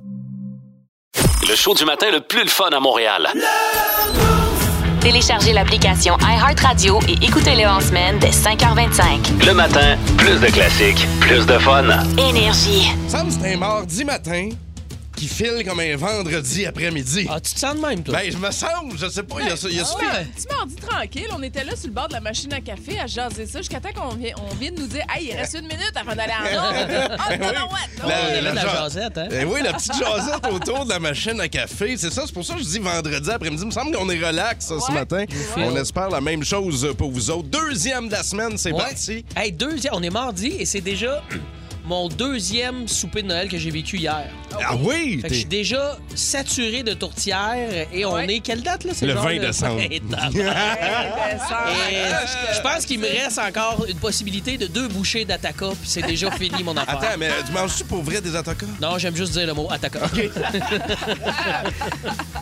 Le show du matin le plus le fun à Montréal. Téléchargez l'application iHeartRadio et écoutez-le en semaine dès 5h25. Le matin, plus de classiques, plus de fun. Énergie. Sam, c'est un mardi matin qui file comme un vendredi après-midi. Ah, tu te sens de même, toi? Ben, je me sens, je sais pas, il y a, ce- il y a ce Ouais, feeling. Petit mardi tranquille, on était là sur le bord de la machine à café à jaser ça jusqu'à temps qu'on vient, on vient de nous dire Hey, il reste une minute avant d'aller en ordre. Oh, non, non, ouais, La- non. on avait la ja- jasette, hein? Eh oui, la petite jasette autour de la machine à café. C'est ça, c'est pour ça que je dis vendredi après-midi. Il me semble qu'on est relax ça, ce Ouais. matin. On espère la même chose pour vous autres. Deuxième de la semaine, c'est Ouais. parti. Hey, deuxième, on est mardi et c'est déjà mon deuxième souper de Noël que j'ai vécu hier. Ah oui! Fait que je t'es- suis déjà saturé de tourtières et on Ouais. est. Quelle date, là? c'est Le genre 20 décembre. Et tabarnak. Ben, ça, Et je pense qu'il me reste encore une possibilité de deux bouchées d'Ataka, puis c'est déjà fini mon affaire. Attends, mais euh, tu manges-tu pour vrai des attaquants? Non, j'aime juste dire le mot Ataka.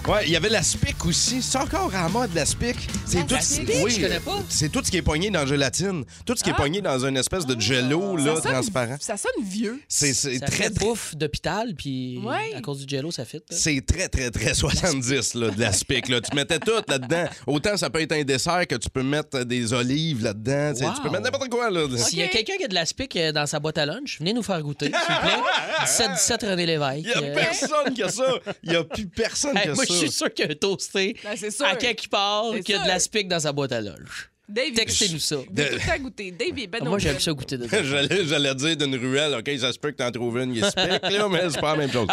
Ouais, il y avait la spic aussi. C'est encore à la mode, la spic. C'est La tout spic, oui, je connais pas. Ah. C'est tout ce qui est poigné dans la gélatine. Tout ce qui est poigné dans une espèce de jello là, sonne- transparent. Ça sonne vieux. C'est c'est Ça très, fait très, bouffe d'hôpital, puis Ouais. à cause du jello, ça fit. là. c'est très, très, très 70, là, de la spic. Là. Tu mettais tout là-dedans. Autant ça peut être un dessert que tu peux mettre des olives là-dedans. Tu sais, Tu peux Wow. mettre n'importe quoi. Là. S'il y a Ok. quelqu'un qui a de l'aspic euh, dans sa boîte à lunch, venez nous faire goûter, s'il vous plaît. 17-17 René Lévesque. Il n'y a euh, personne qui a ça. Il n'y a plus personne hey, qui a moi, ça. je suis sûr qu'il y a un toasté Ben, c'est sûr. à quelque part C'est qui a sûr. de l'aspic dans sa boîte à lunch. Dave, Textez-nous ça. Ah, il veut tout à goûter. Dave est ben Moi, j'aime open. ça goûter de ça. J'allais, j'allais dire d'une ruelle, OK, ça se peut que t'en trouves une qui est spec, là, mais c'est pas la même chose.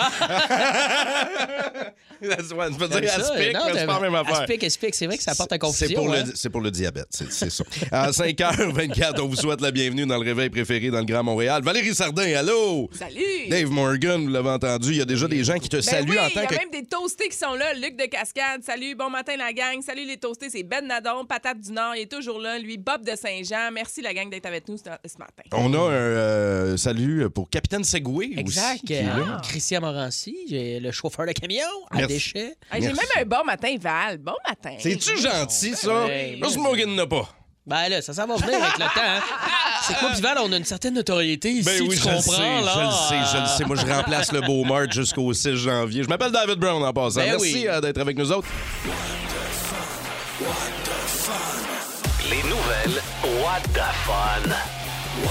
That's what- je veux dire, J'aime elle ça, spic, non, mais c'est pas la même t'as- affaire. Aspic, aspic, c'est vrai que ça porte à confusion. C'est pour, hein. le, c'est pour le diabète, c'est, c'est ça. À 5h24, on vous souhaite la bienvenue dans le réveil préféré dans le Grand Montréal. Valérie Sardin, allô? Salut! Dave Morgan, vous l'avez entendu, il y a déjà des gens qui te Ben saluent oui, en il y tant a que... même des toastés qui sont là. Luc de Cascade, salut, bon matin la gang. Salut les toastés, c'est Ben Nadon, Patate du Nord, il est toujours là. Lui, Bob de Saint-Jean, merci la gang d'être avec nous ce ce matin. On a un euh, salut pour Capitaine Segway aussi. Exact. qui est là. euh, Christian Morancy, j'ai le chauffeur de camion à Merci. déchets. Hey, J'ai Merci. même un bon matin, Val. Bon matin. C'est-tu gentil, ça? Ouais. Juste Morgan n'a pas. Ben là, ça, ça va venir avec le temps. hein. C'est quoi, puis Val, on a une certaine notoriété ici, Ben oui, tu je le comprends, sais, là. je le sais, euh, je le sais. Moi, je remplace le Beaumart jusqu'au 6 janvier. Je m'appelle David Brown en passant. Ben Merci oui. euh, d'être avec nous autres. Les nouvelles, what the fun. Ah,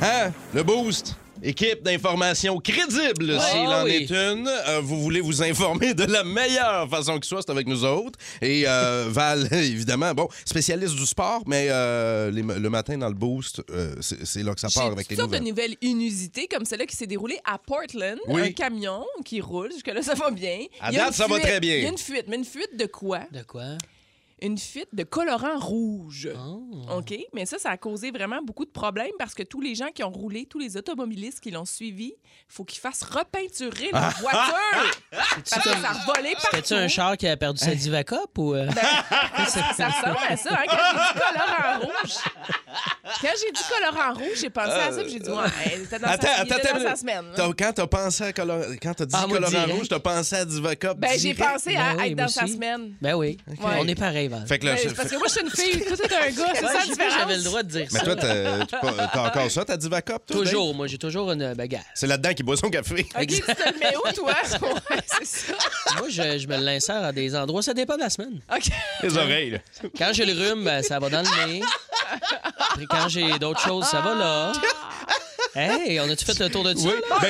Hein? Le Boost. Équipe d'information crédible, s'il Ah en oui. est une. Euh, vous voulez vous informer de la meilleure façon qui soit, c'est avec nous autres. Et euh, Val, évidemment, bon, spécialiste du sport, mais euh, les- le matin dans le Boost, euh, c'est c'est là que ça J'ai part avec les toutes sortes de nouvelles. nouvelles inusitées, comme celle-là qui s'est déroulée à Portland. Oui. Un camion qui roule, jusque-là, ça va bien. À Il y a date, une ça va fuite. très bien. Il y a une fuite, mais une fuite de quoi? De quoi? Une fuite de colorant rouge. Ah. OK? Mais ça, ça a causé vraiment beaucoup de problèmes parce que tous les gens qui ont roulé, tous les automobilistes qui l'ont suivi, faut qu'ils fassent repeinturer leur voiture. Parce que ça a volé Ah, C'était-tu partout. un char qui a perdu sa Divacop ou. euh? Ben, Ça ressemble à ça, hein, quand j'ai dit colorant rouge. Quand j'ai dit colorant rouge, j'ai pensé à ça, puis j'ai dit, ouais, elle était dans, sa, il était dans sa minute. semaine. T'as- Quand t'as pensé à color... quand t'as dit Ah, moi, colorant direct. rouge, t'as pensé à Divacop. Ben, j'ai direct. pensé à Ben oui, être moi dans sa aussi. semaine. Ben oui. On est pareil, Val. Fait que là, Ben, je- parce que moi, je suis une fille, toi, t'es un gars, c'est Ouais, ça la je sais pas, différence. J'avais le droit de dire Mais ça. toi, t'as t'as- t'as encore ça, t'as Divacop, toi? Dave? Toujours, moi, j'ai toujours une euh, bagarre. C'est là-dedans qu'il boit son café. Ok, tu te le mets où, toi? Ouais, c'est ça. Moi, je, je me l'insère à des endroits. Ça dépend de la semaine. OK. Les oreilles, là. Quand j'ai le rhume, ben, ça va dans le nez. Puis quand j'ai d'autres choses, ça va là. Hey, on a-tu fait le tour de ça? Oui. là? Ben,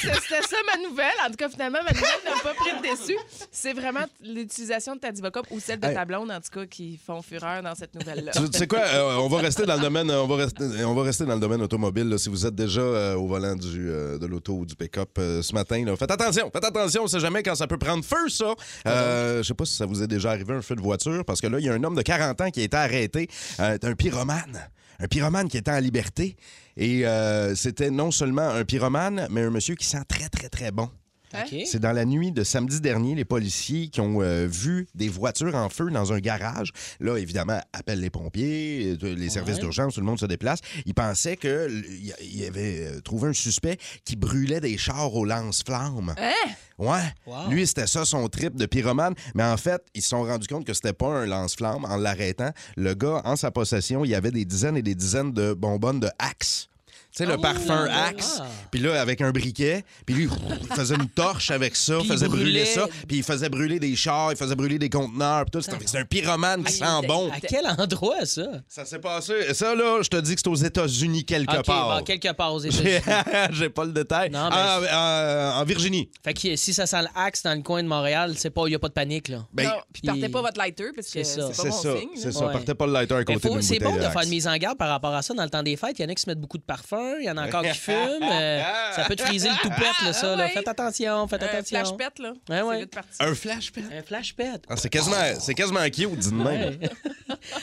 C'était c'était ça ma nouvelle. En tout cas, finalement, ma nouvelle n'a pas pris de dessus. C'est vraiment l'utilisation de ta Divocop ou celle de Hey. ta blonde, en tout cas, qui font fureur dans cette nouvelle-là. tu, tu sais quoi, euh, on va rester dans le domaine, on va rester, on va rester dans le domaine automobile. là. si vous êtes déjà euh, au volant du, euh, de l'auto ou du pick-up euh, ce matin, là, faites attention, faites attention, on sait jamais quand ça peut prendre feu, ça. Euh, je sais pas si ça vous est déjà arrivé un feu de voiture, parce que là, il y a un homme de 40 ans qui a été arrêté, euh, un pyromane. Un pyromane qui était en liberté. Et euh, c'était non seulement un pyromane, mais un monsieur qui sent très, très, très bon. OK. C'est dans la nuit de samedi dernier, les policiers qui ont euh, vu des voitures en feu dans un garage. Là, évidemment, appellent les pompiers, euh, les services d'urgence, tout le monde se déplace. Ils pensaient qu'ils avaient euh, trouvé un suspect qui brûlait des chars au lance-flammes. Hein? Ouais. Wow. Lui, c'était ça son trip de pyromane. Mais en fait, ils se sont rendus compte que c'était pas un lance-flamme en l'arrêtant. Le gars, en sa possession, il y avait des dizaines et des dizaines de bonbonnes de Axe. Tu sais, Oh le parfum Axe. Ah. Puis là, avec un briquet. Puis lui, il faisait une torche avec ça, Puis il faisait brûler brûlait- ça. Puis il faisait brûler des chars, il faisait brûler des conteneurs. Puis tout. C'était- C'est un pyromane qui Ah, sent bon. À quel endroit, ça? Ça s'est passé. Ça, là, je te dis que c'est aux États-Unis quelque OK, part. bon, quelque part aux J'ai États-Unis. j'ai pas le détail. Non, ben, mais- Ah, euh, en Virginie. fait que si ça sent l'axe dans le coin de Montréal, c'est pas, il n'y a pas de panique, là. Ben, non, puis partez il- pas votre lighter parce C'est que c'est ça. pas C'est bon ça, signe. là. c'est ça. Ouais. Partez pas le lighter à Mais côté faut- d'une c'est bon bouteille de faire Axe. une mise en garde par rapport à ça dans le temps des fêtes. Il y en a qui se mettent beaucoup de parfum, il y en a encore qui fument. euh, ça peut te friser le toupette, là, ça. là. Ah ouais. Faites attention, faites Un attention. flash pet, là. C'est ouais. vite parti. Un flash pen? Un flash pet. Ah, c'est quasiment, c'est quasiment cute, dis de même.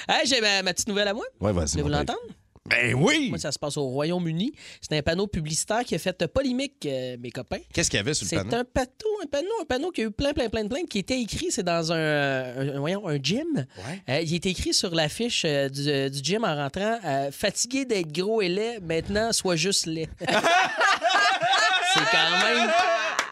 Hey, j'ai ma, ma petite nouvelle à moi. Ouais, Vous vas-y. voulez vous mon l'entendre? Ah, Ben oui! Moi, ça se passe au Royaume-Uni. C'est un panneau publicitaire qui a fait polémique, euh, mes copains. Qu'est-ce qu'il y avait sur C'est le panneau? un panneau, un panneau, un panneau qui a eu plein, plein, plein de plaintes, qui était écrit, c'est dans un, euh, un- voyons, un gym. Ouais. Euh, il était écrit sur l'affiche euh, du, euh, du gym en rentrant euh, Fatigué d'être gros et laid, maintenant sois juste laid. c'est quand même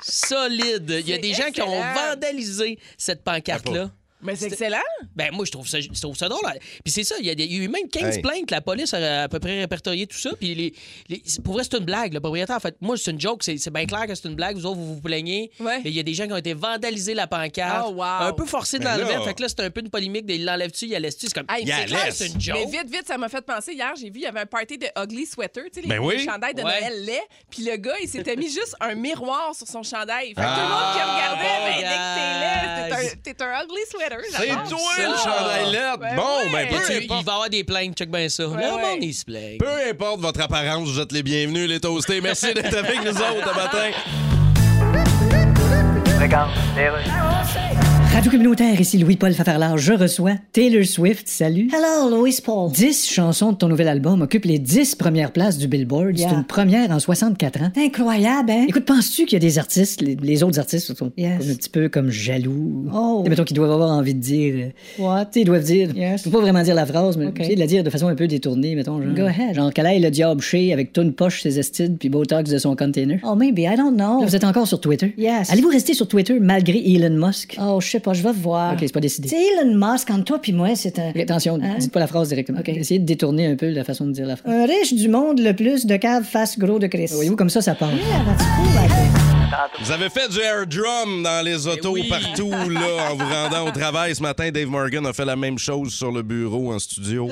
solide. Il y a C'est des gens qui ont excellent. vandalisé cette Ah, pancarte-là. Mais c'est excellent. Ben moi, je trouve ça, je trouve ça drôle. Puis c'est ça, il y, a des- il y a eu même 15 Hey. plaintes. La police a à peu près répertorié tout ça. Puis les, les- pour vrai, c'est une blague. Le propriétaire, en fait, moi, c'est une joke. C'est c'est bien clair que c'est une blague. Vous autres, vous vous plaignez. Ouais. Mais Il y a des gens qui ont été vandalisés la pancarte. Oh, wow. Un peu forcé de Mais l'enlever. Ben là- Fait que là, c'est un peu une polémique. de Il l'enlève-tu, il l'enlève-tu. C'est comme, Hey, c'est il la clair, laisse. c'est une joke. Mais vite, vite, ça m'a fait penser. Hier, j'ai vu, il y avait un party de Ugly Sweater, tu sais, les, Ben oui. les chandails de Ouais. Noël lait. Puis le gars, il s'était mis juste un miroir sur son chandail. Fait que tout le monde qui Ah, bon regardait, ben, gag. dès que t'es laid, t'es un, t'es un Ugly Sweater. C'est j'adore. toi ça. le chandail LED! Ben bon, ouais. ben Là, peu tu- il va y importe. avoir des plaintes. Check bien ça. là, ouais. bon, il se plaigne. Peu importe votre apparence, vous êtes les bienvenus, les toastés. Merci d'être avec nous autres ce matin. Radio communautaire, ici Louis-Paul Fafarlard. Je reçois Taylor Swift. Salut. Hello, Louis Paul. 10 chansons de ton nouvel album occupent les 10 premières places du Billboard. C'est une première en 64 ans. Incroyable, hein? Écoute, penses-tu qu'il y a des artistes, les, les autres artistes sont comme un petit peu comme jaloux? Oh. Mettons qu'ils doivent avoir envie de dire. What? Ils doivent dire. Yes. Faut pas vraiment dire la phrase, mais essayer de la dire de façon un peu détournée, mettons. Genre, Go ahead. Genre, qu'elle aille le diable chez avec toute une poche, ses estides, puis Botox de son container. Oh, maybe, I don't know. vous êtes encore sur Twitter? Yes. Allez-vous rester sur Twitter malgré Elon Musk? Oh, je sais pas, je vais voir. OK, c'est pas décidé. C'est Elon Musk, entre toi puis moi, c'est un. attention, dites pas la phrase directement. Essayez de détourner un peu la façon de dire la phrase. Un riche du monde le plus de cave face gros de Christ. Voyez-vous, comme ça, ça parle. Vous avez fait du air drum dans Ben les autos partout, là, en vous rendant au travail. Ce matin, Dave Morgan a fait la même chose sur le bureau en studio.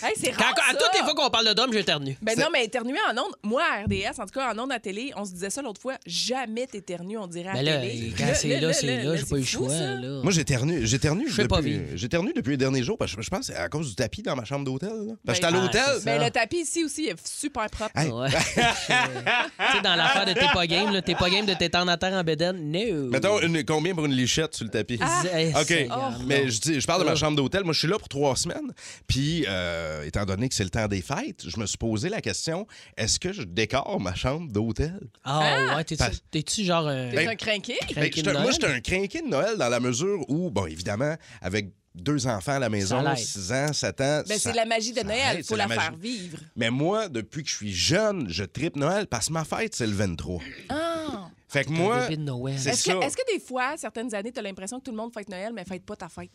Hey, c'est Quand- rare, à ça. toutes les fois qu'on parle de Dom, j'éternue. Ben non, mais éternuer en ondes, moi, à RDS, en tout cas, en ondes à télé, on se disait ça l'autre fois, jamais t'éternues, on dirait à Ben la là, télé. quand c'est là, c'est là. J'ai pas eu le c'est fou, choix, ça. là. Moi, j'éternue, j'éternue Je sais pas depuis, vivre. j'éternue depuis les derniers jours parce que je pense que c'est à cause du tapis dans ma chambre d'hôtel. là. Parce que j'étais à Ben, ah, l'hôtel. c'est ça. Mais le tapis ici aussi est super propre. Hey, Ouais. tu sais, dans l'affaire de t'es pas game, là, t'es pas game de t'étendre à terre en bédaine. No. Ah, Mettons, une- combien pour une lichette sur le tapis? Hey, OK, Ah. Seigneur, mais non. je, dis, je Ah. parle de ma chambre d'hôtel. Moi, je suis là pour trois semaines. Puis, euh, étant donné que c'est le temps des fêtes, je me suis posé la question, est-ce que je décore ma chambre d'hôtel? Ah, ouais, t'es-tu, t'es-tu genre un. T'es ben- un crinqué. Ben, Crinqué de j'étais- moi, Noël? j'étais un crinqué de Noël dans la mesure où, bon, évidemment, avec deux enfants à la maison, l'aide. 6 ans, 7 ans... Ben, ça- c'est la magie de ça Noël, aide, faut c'est la la, magie. faire vivre. Mais moi, depuis que je suis jeune, je tripe Noël parce que ma fête, c'est le 23. Ah! Fait que moi... bébé de Noël. C'est Est-ce que, ça. est-ce que des fois, certaines années, t'as l'impression que tout le monde fête Noël, mais fête pas ta fête?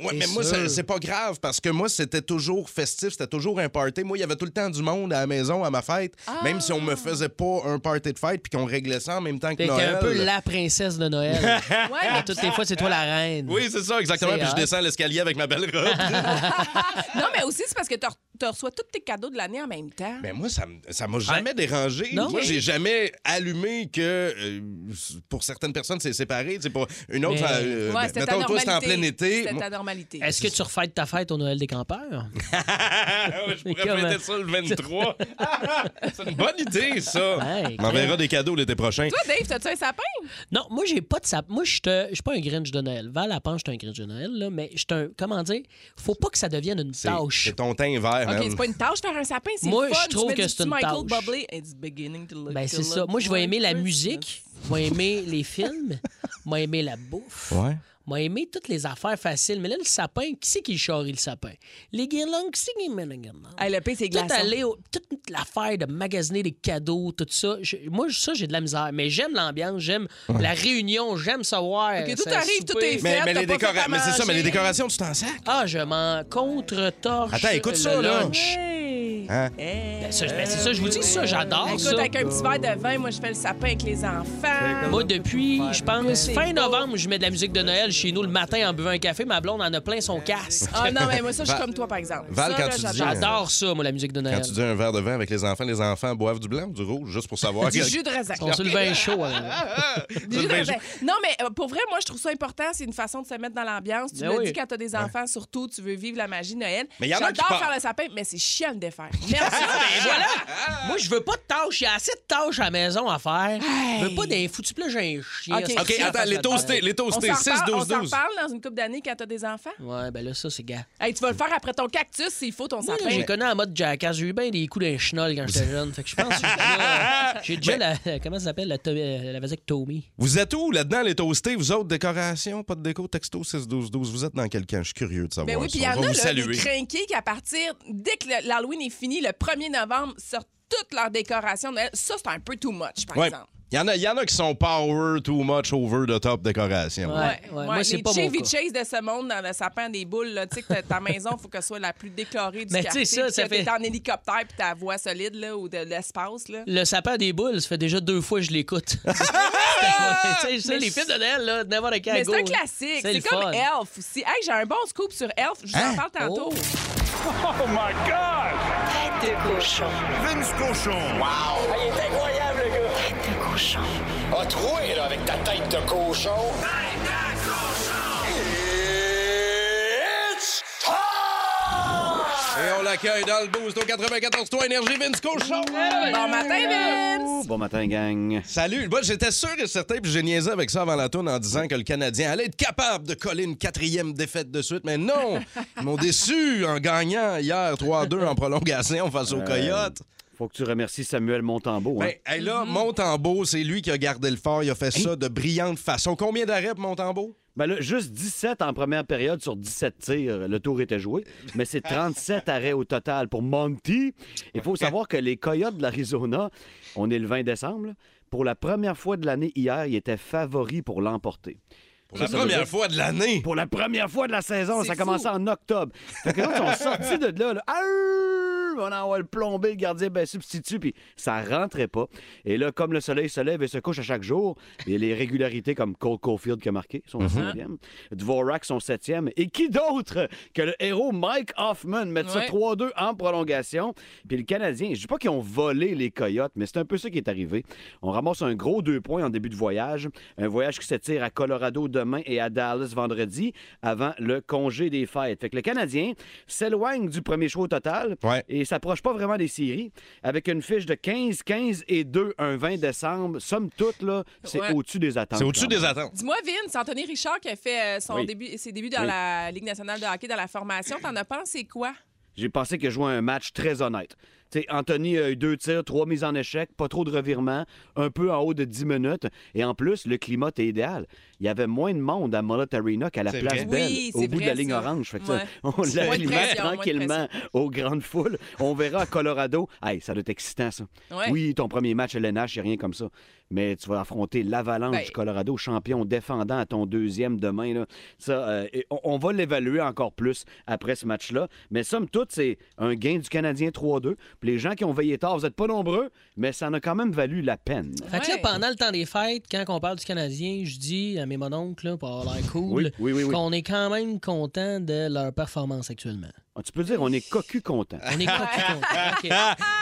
Ouais, C'est mais moi, ça- sûr. c'est pas grave parce que moi, c'était toujours festif, c'était toujours un party. Moi, il y avait tout le temps du monde à la maison à ma fête, Ah! même si on me faisait pas un party de fête puis qu'on réglait ça en même temps que T'es Noël. un peu la princesse de Noël. Ouais, À Ah, mais- toutes les fois, c'est toi la reine. Oui, c'est ça, exactement. C'est Puis je hot. descends l'escalier avec ma belle robe. non, mais aussi, c'est parce que t'as re- t'as reçois tous tes cadeaux de l'année en même temps. mais moi, ça m- ça m'a jamais dérangé. Non. Moi, j'ai jamais allumé que euh, pour certaines personnes, c'est séparé. C'est pour une autre, Mais- euh, Ouais, c'était ta mettons, toi, c'était en normalité. plein été. C'était ta Moi- formalité. Est-ce que tu refêtes ta fête au Noël des campeurs? Ah, je pourrais Comment? fêter ça le euh, 23. c'est une bonne idée, ça. Ouais, On enverra des cadeaux l'été prochain. Toi, Dave, t'as-tu un sapin? Non, moi, j'ai pas de sap. Moi, je te- je suis pas un Grinch de Noël. Val Lapin, je suis un Grinch de Noël, là, mais je suis un. Comment dire? Faut pas que ça devienne une C'est tâche. c'est ton teint vert, hein? OK, man. c'est pas une tâche faire un sapin, c'est Moi, le fun. je trouve Tu mets que du c'est petit une Michael tâche. Bubbly, it's beginning to look Ben, c'est a ça. lot Moi, je vais like aimer la Christmas. musique, je vais aimer les films, je vais aimer la bouffe, Ouais. je vais aimer toutes les affaires faciles. Mais là, le sapin, qui c'est qui charrie le sapin? Les guirlandes, qui c'est qui met les guirlandes? Hey, le pain, c'est Tout glaçon. aller au- toute l'affaire de magasiner des cadeaux, tout ça. je- moi, ça, j'ai de la misère. Mais j'aime l'ambiance, j'aime la réunion, j'aime savoir. Ok, tout c'est un arrive, souper. tout est fait. Mais, Fred, mais t'as les pas fait à décorations, mais c'est ça, mais les manger. décorations, tu t'en sacs. Ah, je m'en contre-torche. Attends, écoute le ça, là. lunch. Hey. Hein? Hey. Ben, ça, je- ben, c'est ça, je vous dis ça, j'adore Écoute, ça. avec un petit verre de vin, moi, je fais le sapin avec les enfants. Moi, depuis, je pense, fin novembre, je mets de la musique de Noël chez nous le matin en buvant un café. Ma blonde en a plein son casque. Ah non, mais moi, ça, je suis comme toi, par exemple. Val, Ça, quand là, tu dis- j'adore. J'adore ça, moi, la musique de Quand Noël. tu dis un verre de vin avec les enfants, les enfants boivent du blanc ou du rouge, juste pour savoir. Du jus de raisin. On se le vin chaud. hein. Du jus de Ben, raisin. Non, mais euh, pour vrai, moi, je trouve ça important. C'est une façon de se mettre dans l'ambiance. Tu Ben me oui. dis quand t'as des enfants, surtout, tu veux vivre la magie de Noël. Mais y en a qui Ah, ben, J'adore partent. faire le sapin, mais c'est chiant de le défaire. Merci. Et voilà! Moi, je veux pas de tâches. Il y a assez de tâches à la maison à faire. Je veux pas d'un foutu. Puis là, j'ai un chien. Ok. OK, attends, les toastés, les On s'en toastés, 6, reparle, on 12, s'en 12. reparle dans une couple d'années quand t'as des enfants. Ouais, ben là, ça, c'est gars. Hey, tu vas le faire après ton cactus s'il faut ton Moi, là, sapin. Ben j'ai connu en mode jackass. J'ai eu bien des coups d'un chenol quand j'étais jeune. Fait que je pense que j'ai déjà- j'ai déjà la. Comment ça s'appelle? La, to- euh, la vasectomie. Tommy. Vous êtes où là-dedans, les toastés? Vous autres, décorations, pas de déco, texto 6, 12, 12. Vous êtes dans quel camp? Je suis curieux de savoir. Ben oui, ça. puis il y On va en a vous là, des saluer. crinqués qui, à partir, dès que le- l'Halloween est fini, le 1er novembre, sortent toutes leurs décorations. de Noël. Ça, c'est un peu too much, par Ouais. exemple. Il y, en a, il y en a qui sont power, too much, over the top décoration. Ouais. Moi, c'est les pas mon Chevy cas. Chase de ce monde dans le sapin des boules, là, tu sais que ta- ta maison, il faut que ce soit la plus décorée du Mais tu sais, quartier. ça, puis ça que t'es fait- en hélicoptère puis ta voix solide là, ou de l'espace. Là. Le sapin des boules, ça fait déjà deux fois que je l'écoute. Tu sais, ça, les films de Noël, là, n'importe quel Mais c'est un go, là. classique. C'est, le comme fun. Elf aussi. Hey, j'ai un bon scoop sur Elf. Je vous Hein? en parle tantôt. Oh. Tête de cochon. Vince Cochon. A troué, là, avec ta tête de cochon. It's Et on l'accueille dans le boost au 94 3 Énergie Vince Cochon. Bon matin, euh, Vince! Bon matin, gang. Salut. Moi, j'étais sûr et certain, puis j'ai niaisé avec ça avant la tourne en disant que le Canadien allait être capable de coller une quatrième défaite de suite, mais non! Ils m'ont déçu en gagnant hier 3-2 en prolongation face aux Coyotes. Faut que tu remercies Samuel Montembeau. hein. Ben, hey, là, Montembeau, c'est lui qui a gardé le fort. Il a fait ça de brillante façon. Combien d'arrêts, pour Montembeau? Ben là, juste 17 en première période sur 17 tirs, le tour était joué, mais c'est 37 arrêts au total pour Monty. Il faut savoir que les Coyotes de l'Arizona, on est le 20 décembre, là, pour la première fois de l'année hier, ils étaient favoris pour l'emporter. Pour Ça, la ça veut première dire- fois de l'année. Pour la première fois de la saison, C'est ça a fou. commencé en octobre. Fait que les autres sont sortis de là, là Arrrr! on en va le plomber, le gardien ben, substitut, puis ça rentrait pas. Et là, comme le soleil se lève et se couche à chaque jour, et les régularités comme Cole Caulfield qui a marqué Mhm. son 5e, Dvorak son 7e, et qui d'autre que le héros Mike Hoffman met ça Ouais. 3-2 en prolongation. Puis le Canadien, je dis pas qu'ils ont volé les Coyotes, mais c'est un peu ça qui est arrivé. On ramasse un gros deux points en début de voyage. Un voyage qui se tire à Colorado demain et à Dallas vendredi avant le congé des fêtes. Fait que le Canadien s'éloigne du premier choix au total Ouais. et s'approche pas vraiment des séries avec une fiche de 15, 15 et 2 un 20 décembre. Somme toute, là, c'est Ouais. au-dessus des attentes. C'est au-dessus quand même. des attentes. Dis-moi, Vince, Anthony Richard qui a fait euh, son Oui. début, ses débuts dans Oui. la Ligue nationale de hockey, dans la formation, t'en as pensé quoi? J'ai pensé qu'il jouait un match très honnête. Tu sais, Anthony a eu deux tirs, trois mises en échec, pas trop de revirements, un peu en haut de 10 minutes. Et en plus, le climat était idéal. Il y avait moins de monde à Mullet Arena qu'à la C'est place vrai. Belle, Oui, au c'est bout de vrai, la ligne ça. orange. Fait que ça, Ouais. on Moins de l'alimente pression, moins de tranquillement aux grandes foules. On verra à Colorado. Hey, ça doit être excitant, ça. Ouais. Oui, ton premier match LNH, il a rien comme ça. Mais tu vas affronter l'avalanche Ben- du Colorado, champion défendant à ton deuxième demain. Là. Ça, euh, et on, on va l'évaluer encore plus après ce match-là. Mais somme toute, c'est un gain du Canadien 3-2. Puis les gens qui ont veillé tard, vous n'êtes pas nombreux, mais ça en a quand même valu la peine. Fait que là, Ouais. pendant le temps des fêtes, quand on parle du Canadien, je dis à mes mononcles, là, pour avoir l'air cool, Oui, oui, oui, oui. qu'on est quand même content Ah, de leur performance actuellement. Tu peux dire, on est cocu content. On est cocu content. OK.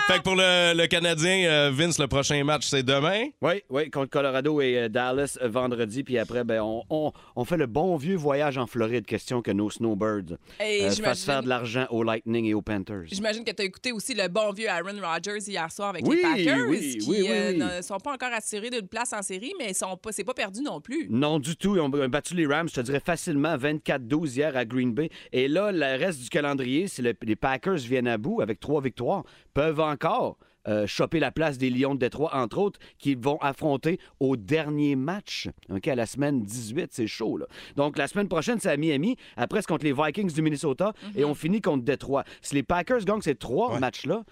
Fait que pour le, le Canadien, euh, Vince, le prochain match, c'est demain. Oui, oui, contre Colorado et euh, Dallas euh, vendredi. Puis après, ben, on, on- on fait le bon vieux voyage en Floride. Question que nos Snowbirds Hey, euh, se j'imagine- fassent faire de l'argent aux Lightning et aux Panthers. J'imagine que tu as écouté aussi le bon vieux Aaron Rodgers hier soir avec Oui, les Packers, oui, qui oui, oui, euh, oui. ne sont pas encore assurés d'une place en série, mais ils sont pas, c'est pas perdu non plus. Non, du tout. Ils ont battu les Rams, je te dirais facilement, 24-12 hier à Green Bay. Et là, le reste du calendrier, si le- les Packers viennent à bout avec trois victoires, peuvent encore euh, choper la place des Lions de Détroit, entre autres, qui vont affronter au dernier match, OK, à la semaine 18. C'est chaud, là. Donc, la semaine prochaine, c'est à Miami. Après, c'est contre les Vikings du Minnesota et on finit contre Détroit. Si les Packers gagnent ces trois matchs-là,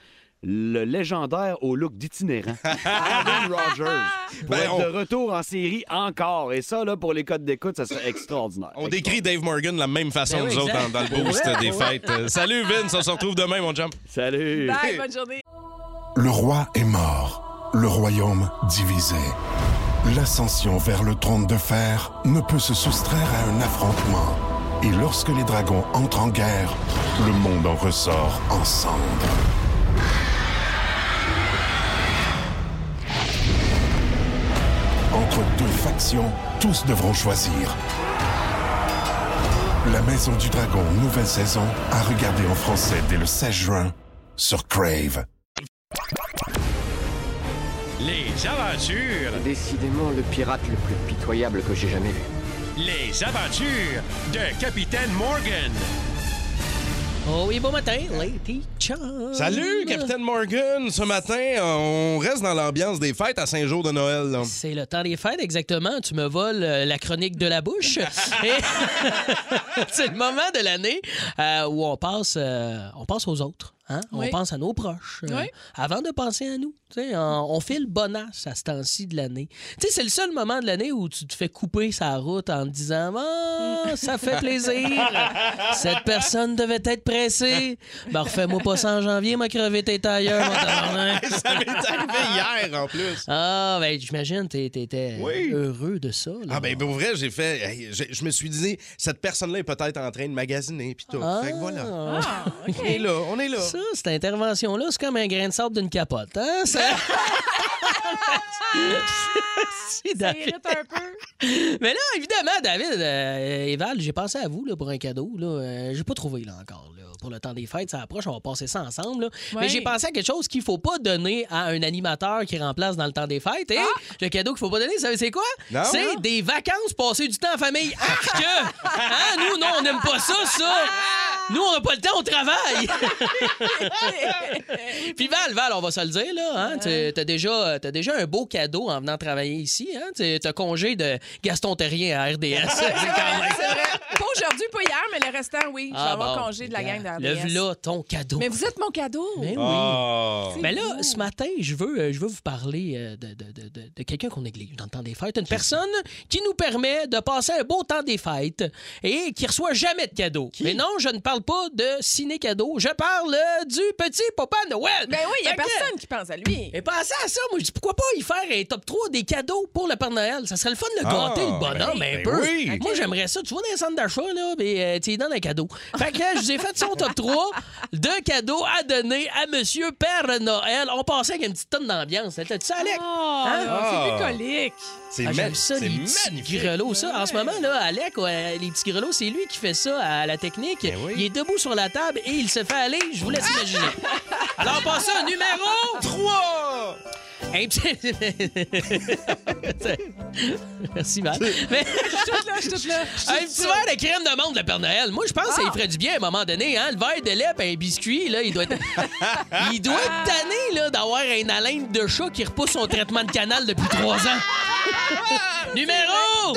le légendaire au look d'itinérant, Aaron Rodgers, pour Ben, être on- de retour en série encore. Et ça, là, pour les codes d'écoute, ça serait extraordinaire. On décrit Dave Morgan de la même façon Ben que oui, nous autres exact. dans, dans le boost Ouais, des ouais. fêtes. Euh, Salut Vince, on se retrouve demain, mon jump. Salut! Bah. Bye, bonne journée. Le roi est mort, le royaume divisé. L'ascension vers le trône de fer ne peut se soustraire à un affrontement. Et lorsque les dragons entrent en guerre, le monde en ressort ensemble. Entre deux factions, tous devront choisir. La Maison du Dragon, nouvelle saison, à regarder en français dès le 16 juin sur Crave. Les aventures, Décidément le pirate le plus pitoyable que j'ai jamais vu. les aventures de Capitaine Morgan. Oh oui, bon matin, Lady Chum. Salut, Capitaine Morgan. Ce matin, euh, on reste dans l'ambiance des fêtes à Saint-Jour de Noël. là. C'est le temps des fêtes, exactement. Tu me voles euh, la chronique de la bouche. Et- c'est le moment de l'année euh, où on passe, euh, on pense aux autres. hein? Oui. On pense à nos proches. euh, Oui. Avant de penser à nous. Tu sais, On, on fait le bonasse à ce temps-ci de l'année. Tu sais, C'est le seul moment de l'année où tu te fais couper sa route en te disant Ah, ça fait plaisir. Cette personne devait être pressée. Ben, refais-moi pas ça en janvier, m'a crevé tes tailleurs, mon tabarnak. Ça m'est arrivé hier en plus. Ah, ben j'imagine, t'es- t'étais heureux de ça. là. Ah ben pour vrai, j'ai fait. hey, j'ai- je me suis dit, cette personne-là est peut-être en train de magasiner puis tout. Ah. Fait que voilà. Ah, On est là, on est là. Ça, cette intervention-là, c'est comme un grain de sable d'une capote. Hein? Ça... C'est David. Irrite un peu. Mais là, évidemment, David, euh, Eval, j'ai pensé à vous là, pour un cadeau. Là. Euh, j'ai pas trouvé là encore. là. Pour le temps des fêtes, ça approche, on va passer ça ensemble. là. Ouais. Mais j'ai pensé à quelque chose qu'il faut pas donner à un animateur qui remplace dans le temps des fêtes. Et le cadeau qu'il faut pas donner, vous savez c'est quoi? Non. C'est des vacances, passer du temps en famille. Arc! Hein? Nous, non, on n'aime pas ça, ça! Nous, on n'a pas le temps, on travaille! Ah, Puis Val, Val, on va se le dire, là. Hein? tu- T'as déjà, t'as déjà un beau cadeau en venant travailler ici. Hein? Tu- T'as congé de Gaston Terrien à RDS. C'est quand même- C'est vrai. Pas aujourd'hui, pas hier, mais le restant, oui. Je vais Ah, avoir bon, congé de la gang Le d'RDS. v'là, ton cadeau. Mais vous Oh. êtes mon cadeau. Ben oui. Ah. C'est Mais là, vous. ce matin, je veux, euh, je veux vous parler euh, de, de- de- de- de quelqu'un qu'on néglige dans le temps des fêtes. Une personne qui nous permet de passer un beau temps des fêtes et qui reçoit jamais de cadeaux. Mais non, je ne parle pas de ciné-cadeaux. Je parle euh, du petit papa Noël. Ben oui, il n'y a Fait que- personne qui pense à lui. Et pensez à ça, moi je dis pourquoi pas y faire un top 3 des cadeaux pour le Père Noël? Ça serait le fun de le Ah, gâter le bonhomme ben, ben un peu. oui. Moi j'aimerais ça. Tu vas dans les centres d'achat, là, mais euh, tu lui donnes un cadeau. Fait que euh, je vous ai fait son top 3 de cadeaux à donner à Monsieur Père Noël. On passait avec une petite tonne d'ambiance. T'as-tu ça, Alex? Hein? C'est Ah. bucolique. C'est Ah, ma- j'aime ça, c'est les petits magnifique. grelots. Ça. En ce moment, là, Alec, ouais, les petits grelots, c'est lui qui fait ça à la technique. Ben oui. Il est debout sur la table et il se fait aller. Je vous laisse imaginer. Alors, passons au numéro 3! Merci, Val. Mais- Là, je suis toute là. Ah! un petit verre de crème de menthe, le Père Noël. Moi, je pense que ça lui ferait du bien à un moment donné. Hein? Le verre de lait, pis un biscuit, là, il doit être... il doit être tanné là, d'avoir un haleine de chat qui repousse son traitement de canal depuis trois ans. Numéro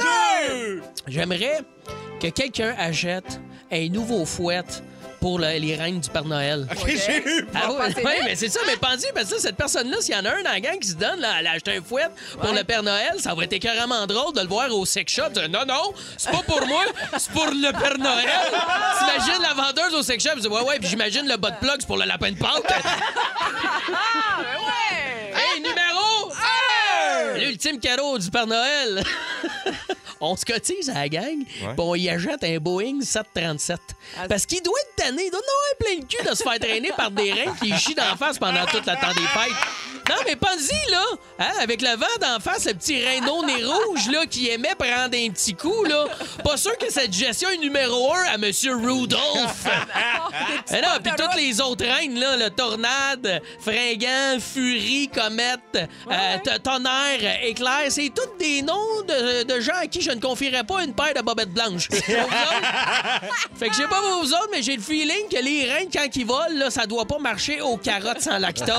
2! J'aimerais que quelqu'un achète un nouveau fouet pour le- les reines du Père Noël. J'ai eu Ah oui, penser oui, vite. mais c'est ça, mais pensez, parce que ça, cette personne-là, s'il y en a un dans la gang qui se donne, là, elle a acheté un fouet pour le Père Noël, ça va être carrément drôle de le voir au sex shop. dire, non, non, c'est pas pour moi, c'est pour le Père Noël. T'imagines la vendeuse au sex shop, elle dit, ouais, ouais, puis j'imagine le bas de plug, c'est pour le lapin de Pâques. Ah, ben ouais. Hey, numéro 1! l'ultime cadeau du Père Noël. on se cotise à la gang, puis on y achète un Boeing 737. Parce qu'il doit être tanné, il doit en avoir plein le cul de se faire traîner par des reins qui chient d'en face pendant tout le temps des fêtes. Non, mais pense-y, là, hein, avec le vent d'en face, le petit rhino nez rouge là, qui aimait prendre un petit coup, là. pas sûr que cette gestion est numéro un à M. Rudolph. Mais non, puis toutes les autres reines, là, le tornade, fringant, furie, comète, euh, t- tonnerre, euh, éclair, c'est tous des noms de, de gens à qui je ne confierais pas une paire de bobettes blanches. Vous autres? fait que je sais pas vous autres, mais j'ai le feeling que les reines, quand ils volent, là, ça doit pas marcher aux carottes sans lactose.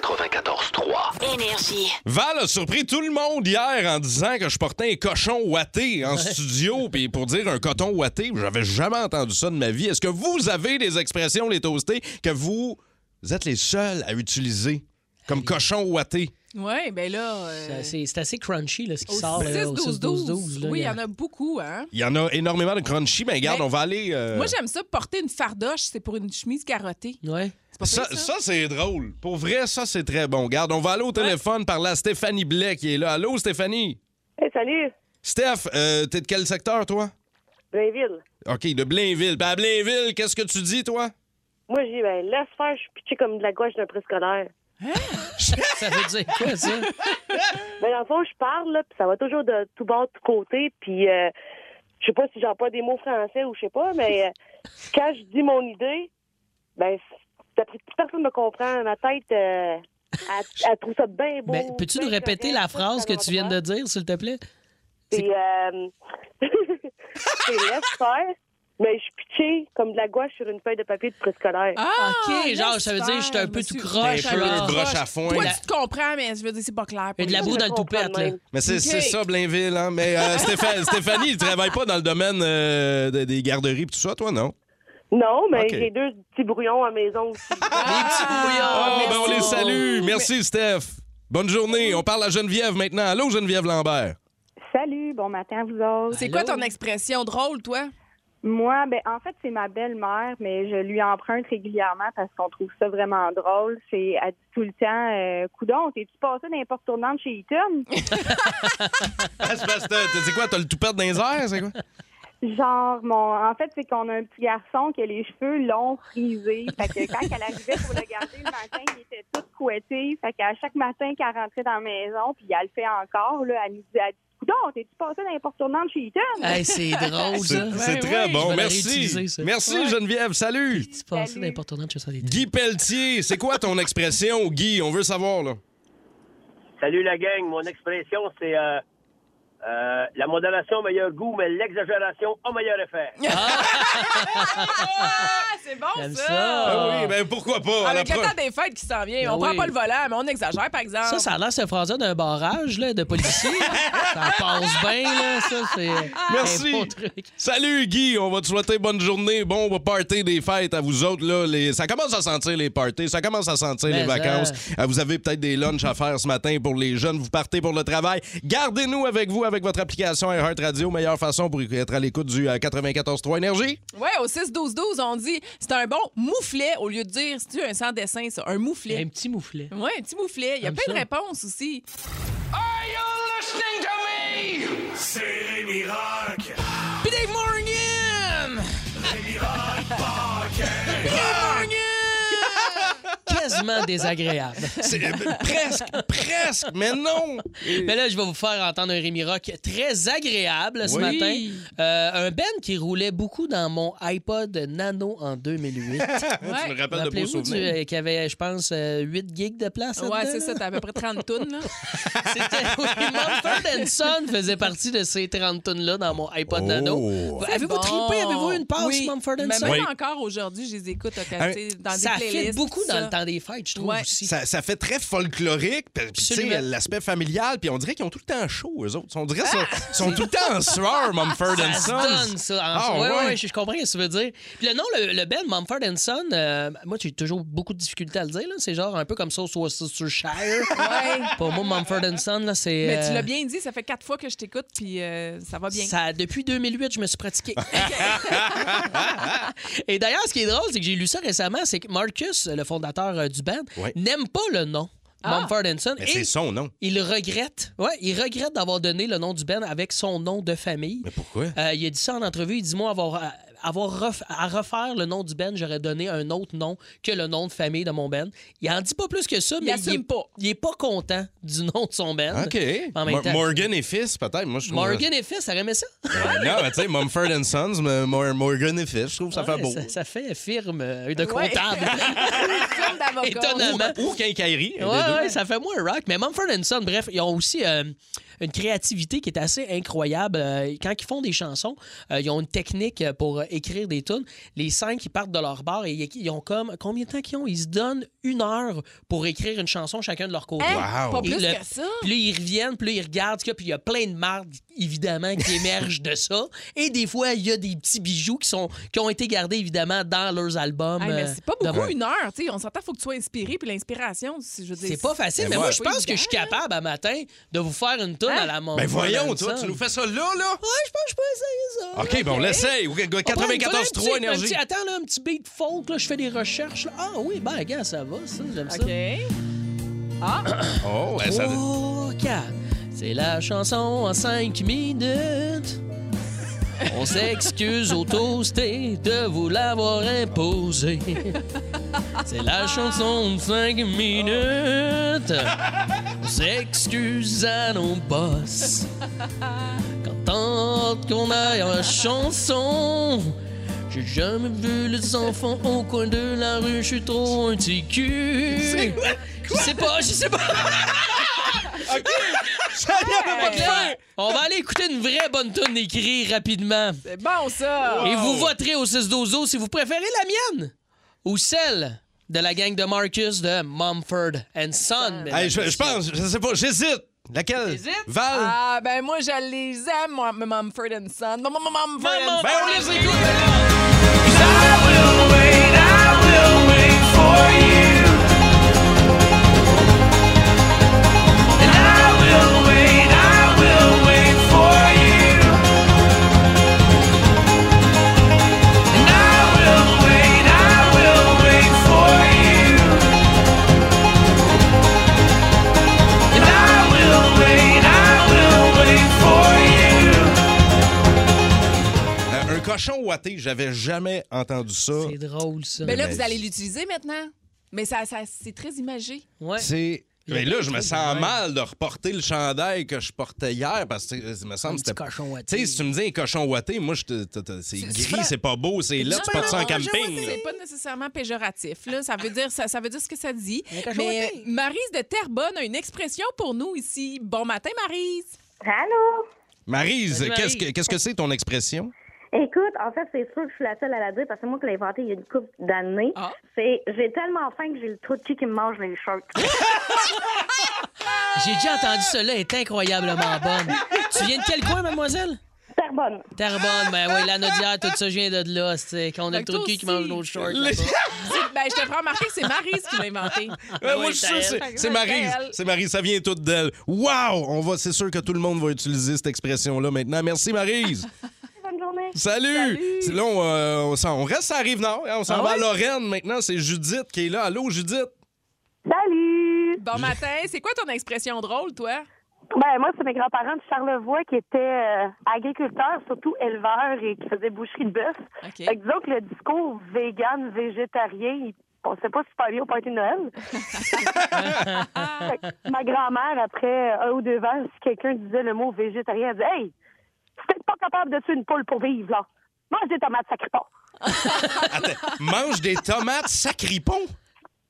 94.3. Énergie. Val a surpris tout le monde hier en disant que je portais un cochon ouaté en studio. Puis pour dire un coton ouaté, j'avais jamais entendu ça de ma vie. Est-ce que vous avez des expressions, les toastés, que vous, vous êtes les seuls à utiliser comme cochon ouaté? Oui, ben là. euh, C'est assez- c'est assez crunchy, là, ce qui au sort. là, au 6-12-12. 6-12-12, là, Oui, il y a- en a beaucoup, hein? Il y en a énormément de crunchy, mais regarde, Ben, on va aller. euh, Moi, j'aime ça porter une fardoche, c'est pour une chemise carottée. Ouais. Ça, ça, c'est drôle. Pour vrai, ça, c'est très bon. Garde, on va aller au téléphone par la Stéphanie Blais qui est là. Allô, Stéphanie? salut, Steph, euh, t'es de quel secteur, toi? Blainville. OK, de Blainville. Ben, à Blainville, qu'est-ce que tu dis, toi? Moi, j'ai ben, laisse faire, je suis pitché comme de la gouache d'un préscolaire. ça veut dire quoi, ça? Ben, dans le fond, je parle, là, puis ça va toujours de tout bord, de tout côté, puis euh, je sais pas si j'ai pas des mots français ou je sais pas, mais euh, quand je dis mon idée, ben, d'après- personne me comprend. Ma tête, euh, elle, elle trouve ça bien beau. Ben, Peux-tu nous répéter la phrase que tu viens de dire, s'il te plaît? Puis, euh, c'est laisse faire, mais je suis pitché comme de la gouache sur une feuille de papier de préscolaire. Ah. OK, genre, ça veut dire que je suis un peu tout croche. Un peu là. broche à foin. Toi, La- tu te comprends, mais je veux dire, c'est pas clair. Et de la boue dans le toupette, là. Mais c'est OK. c'est ça, Blainville. Hein? Mais euh, Stéphane- Stéphanie, il travaille pas dans le domaine euh, de- des garderies et tout ça, toi, non? Non, mais OK. j'ai deux petits brouillons à maison aussi. Ah, ben, on les salue. Merci, Steph. Bonne journée. On parle à Geneviève maintenant. Allô, Geneviève Lambert. Salut, bon matin à vous autres. C'est quoi ton expression drôle, toi? Moi, ben en fait, c'est ma belle-mère, mais je lui emprunte régulièrement parce qu'on trouve ça vraiment drôle. C'est elle dit tout le temps euh, Coudon, t'es-tu passé n'importe tournante chez Eaton? Ah, c'est parce que t'as- c'est quoi? T'as le tout perdre dans les airs? C'est quoi? Genre, mon en fait, c'est qu'on a un petit garçon qui a les cheveux longs frisés. Fait que quand elle arrivait pour le garder le matin, il était tout couetté. Fait qu'à chaque matin qu'elle rentrait dans la maison, puis elle le fait encore, là, elle nous dit, elle dit Coudon, t'es-tu passé n'importe tournante chez Eaton? Hey, c'est drôle, C'est ça. c'est Ben très oui. Je bon. vais la Merci. réutiliser, ça. Merci, Ouais. Geneviève. Salut. Tu passes n'importe où, tu fais ça des Guy Pelletier, c'est quoi ton expression, Guy? On veut savoir, là. Salut la gang, mon expression c'est euh, euh, la modération a meilleur goût, mais l'exagération a meilleur effet. Ah, c'est bon, ça! Ah oui, ben pourquoi pas? à la Avec le pro- temps des fêtes qui s'en vient, on Ben oui. prend pas le volant, mais on exagère, par Ah. exemple. Ça, ça a l'air ce phrase d'un barrage là, de policiers. ça passe bien, là. Ça, c'est Merci. un bon truc. Salut Guy, on va te souhaiter bonne journée, bon party des fêtes à vous autres là. Les... Ça commence à sentir les parties, ça commence à sentir Mais les vacances. Ben, ça. Euh, Vous avez peut-être des lunchs à faire ce matin pour les jeunes. Vous partez pour le travail. Gardez-nous avec vous avec votre application Air Radio, meilleure façon pour être à l'écoute du euh, 94.3 énergie. Ouais, au 6-12-12, on dit c'est un bon mouflet au lieu de dire c'est un sans dessin, ça. Un mouflet. Un petit mouflet. Ouais, un petit mouflet. Il y a Comme plein ça. de réponses aussi. C'est Rémi Rock. Puis Dave Morgan! Rémi Rock Quasiment désagréable. C'est, euh, presque, presque, mais non. Mais là, je vais vous faire entendre un Rémi Rock très agréable ce Oui. matin. Euh, un Ben qui roulait beaucoup dans mon iPod Nano en 2008. me rappelles de beaux Rappelez-vous du- souvenirs. euh, Qui avait, je pense, euh, 8 gigs de place. Ouais, là-dedans, c'est ça, là. t'as à peu près 30 tonnes, là. Monster Denson faisait partie de ces 30 tonnes-là dans mon iPod Oh. Nano. C'est Avez-vous bon. trippé? Avez-vous eu une passe, oui. Mumford and Mais Son? même encore aujourd'hui, je les écoute euh, quand Hein, c'est dans ça des fit playlists. beaucoup tout dans ça. le temps des fêtes, je trouve Ouais. aussi. Ça, ça fait très folklorique, puis tu sais, Absolument. l'aspect familial, puis on dirait qu'ils ont tout le temps chaud, eux autres. On dirait qu'ils sont tout le temps en sueur, Mumford and Sons. Ah! Ça se donne, ça. Ah, Oui, ouais. je je comprends ce que tu veux dire. Puis le nom, le, le band Mumford and Son, euh, moi, j'ai toujours beaucoup de difficultés à le dire. là. C'est genre un peu comme ça au Worcestershire. Pour moi, Mumford and Son, là, c'est... Mais tu euh, l'as bien dit, ça fait quatre fois que je t'écoute, puis euh, ça va bien. Ça, depuis 2008, je me suis pratiqué. Et d'ailleurs, ce qui est drôle, c'est que j'ai lu ça récemment, c'est que Marcus, le fondateur euh, du band, n'aime pas le nom Mumford and Son. Mais Et c'est son nom. Il regrette. Ouais, il regrette d'avoir donné le nom du Ben avec son nom de famille. Mais pourquoi? il a dit ça en entrevue. Il dit Moi, avoir, à- avoir ref- à refaire le nom du Ben, j'aurais donné un autre nom que le nom de famille de mon Ben. Il en dit pas plus que ça, mais il, assume est, il est pas content du nom de son Ben. OK. En même Mo- temps- Morgan et fils, peut-être. Moi, je trouve- Morgan et fils, ça remet ça. Euh, non, mais tu sais, Mumford and Sons, mais Mor- Morgan et fils, je trouve que ça Ouais, fait beau. Ça, ça fait firme euh, de Ouais. comptable. Firme d'avocat. Étonnamment. Ou quincaillerie. Ouais, ouais, ça fait moins rock. Mais Mumford Son, bref, ils ont aussi euh, une créativité qui est assez incroyable. Euh, quand ils font des chansons, euh, ils ont une technique euh, pour euh, écrire des tunes. Les cinq, ils partent de leur bar et ils- ils ont comme. Combien de temps qu'ils ont Ils se donnent une heure pour écrire une chanson chacun de leur côté. Hein? Wow. Pas Et plus que ça? Puis là, ils reviennent, puis là, ils regardent, ce qu'il y a, puis il y a plein de marde, évidemment, qui émergent de ça. Et des fois, il y a des petits bijoux qui, sont, qui ont été gardés, évidemment, dans leurs albums. Hey, Ah, mais euh, c'est pas de- beaucoup une heure, tu sais. On s'entend, faut que tu sois inspiré, puis l'inspiration, c'est- je veux dire, C'est pas facile, Ben mais, moi, je pense que je suis capable à matin de vous faire une tonne à la montre. Ben voyons, toi, tu nous fais ça là, là. Ouais, je pense que je peux essayer ça. OK, ben on l'essaye. Ou- On prend une- 94-3 un petit- énergie. un petit- attends, là, un petit beat folk, là, je fais des recherches. là. Ah oui, ben, gars, ça va, ça, j'aime ça. OK. Ah! Oh, ouais, ça. Trois, quatre. C'est la chanson en cinq minutes. On s'excuse au toasté de vous l'avoir imposé. C'est la chanson de cinq minutes. On s'excuse à nos boss. Tant qu'on aille en chanson. J'ai jamais vu les enfants au coin de la rue, je suis trop un petit cul. C'est quoi? Je sais pas, je sais pas. OK. Ça y est, on va te faire. On va aller écouter une vraie bonne tune écrite rapidement. C'est bon, ça! Oh. Et vous voterez au 6 12 si vous préférez la mienne ou celle de la gang de Marcus de Mumford and Son. Hey, je, je pense, je sais pas, j'hésite. Laquelle? J'hésite. Val. Ah, ben moi, je les aime, moi, Mumford and Son. Mum- mum- Mumford and Ben, on Son. les écoute, I will wait, I will wait for you. And I will wait, I will wait for you. And I will wait, I will wait for you. And I will wait, I will wait for you. Euh, un cochon ouaté, j'avais jamais entendu ça. C'est drôle, ça. Ben là, vous allez l'utiliser maintenant. Mais ça, ça- c'est très imagé. C'est. Mais là, je me sens Ouais. mal de reporter le chandail que je portais hier parce que tu sais, il me semble que petit c'était. cochon Tu sais, si tu me dis un cochon ouaté, moi, je te- te- te- c'est super. gris, c'est pas beau, c'est là, Non, tu non, portes ça en non, je camping. vois, là. C'est pas nécessairement péjoratif. Là. Ça, veut dire, ça, ça veut dire ce que ça dit. quand je Mais Marise de Terrebonne a une expression pour nous ici. Bon matin, Marise. Allô? Maryse, Salut, qu'est-ce que Maryse. qu'est-ce que c'est ton expression? Écoute, en fait, c'est sûr que je suis la seule à la dire parce que c'est moi qui l'ai inventé il y a une couple d'années. C'est j'ai tellement faim que j'ai le trou de cul qui me mange les shorts. J'ai déjà entendu cela, elle est incroyablement bonne. tu viens de quel coin, mademoiselle? Terrebonne. Terrebonne, ben oui, la Nodière, tout ça, je viens de là. C'est qu'on a le trou de cul qui mange nos shorts. là-bas. C'est- ben, je te ferai remarquer, c'est Marise qui l'a inventé. Ouais, moi, je suis sûr, Ben c'est- c'est Maryse. Marise. C'est Maryse, ça vient toute d'elle. Wow! On va, c'est sûr que tout le monde va utiliser cette expression-là maintenant. Merci, Maryse. Bonne journée. Salut! C'est- Là, on, euh, on, s'en- on reste à Rive-Nord. hein, On s'en Ah va ouais? à Lorraine maintenant. C'est Judith qui est là. Allô, Judith? Salut! Bon matin. C'est quoi ton expression drôle, toi? Ben, moi, c'est mes grands-parents de Charlevoix qui étaient euh, agriculteurs, surtout éleveurs et qui faisaient boucherie de bœuf. Fait que disons que le discours vegan, végétarien, on sait pas super bien au party de Noël. Fait que ma grand-mère, après un ou deux verres, si quelqu'un disait le mot végétarien, elle disait Hey, tu t'es pas capable de tuer une poule pour vivre, là. Mange des tomates, ça crie pas. Mange des tomates, ça crie pas.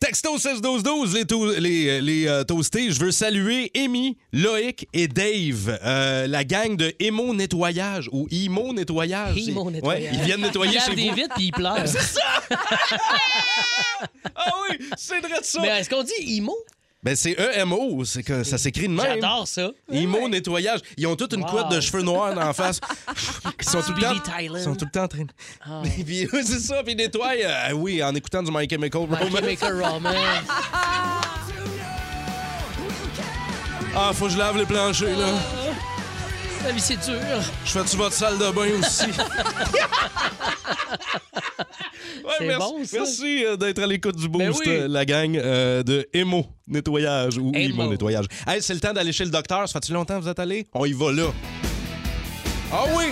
Texto 6-12-12, les, to- les, les, euh, toastés, je veux saluer Amy, Loïc et Dave, euh, la gang de Emo Nettoyage ou Imo Nettoyage. Imo C'est- nettoyage. Ouais, ils viennent nettoyer Ils chez lavent des vous. vitres puis ils pleurent. C'est ça! ah oui, c'est vrai de ça. Mais est-ce qu'on dit IMO? Ben, c'est EMO, c'est que ça s'écrit de même. J'adore ça. Imo nettoyage. Ils ont toute une Wow. couette de cheveux noirs en face. Ils sont, tout le Billy temps, Tyler. ils sont tout le temps en train. de- Ah Puis eux, c'est ça, puis ils nettoient. euh, oui, en écoutant du My Chemical Romance. Maker Roman. Ah, faut que je lave les planchers, là. La vie, c'est dur. Je fais-tu votre salle de bain aussi? Ouais, C'est merci bon, ça. merci, euh, d'être à l'écoute du boost, Ben oui. euh, la gang euh, de Emo Nettoyage ou Emo Nettoyage. Hey, c'est le temps d'aller chez le docteur. Ça fait-tu longtemps que vous êtes allé? On y va là. Ah oui!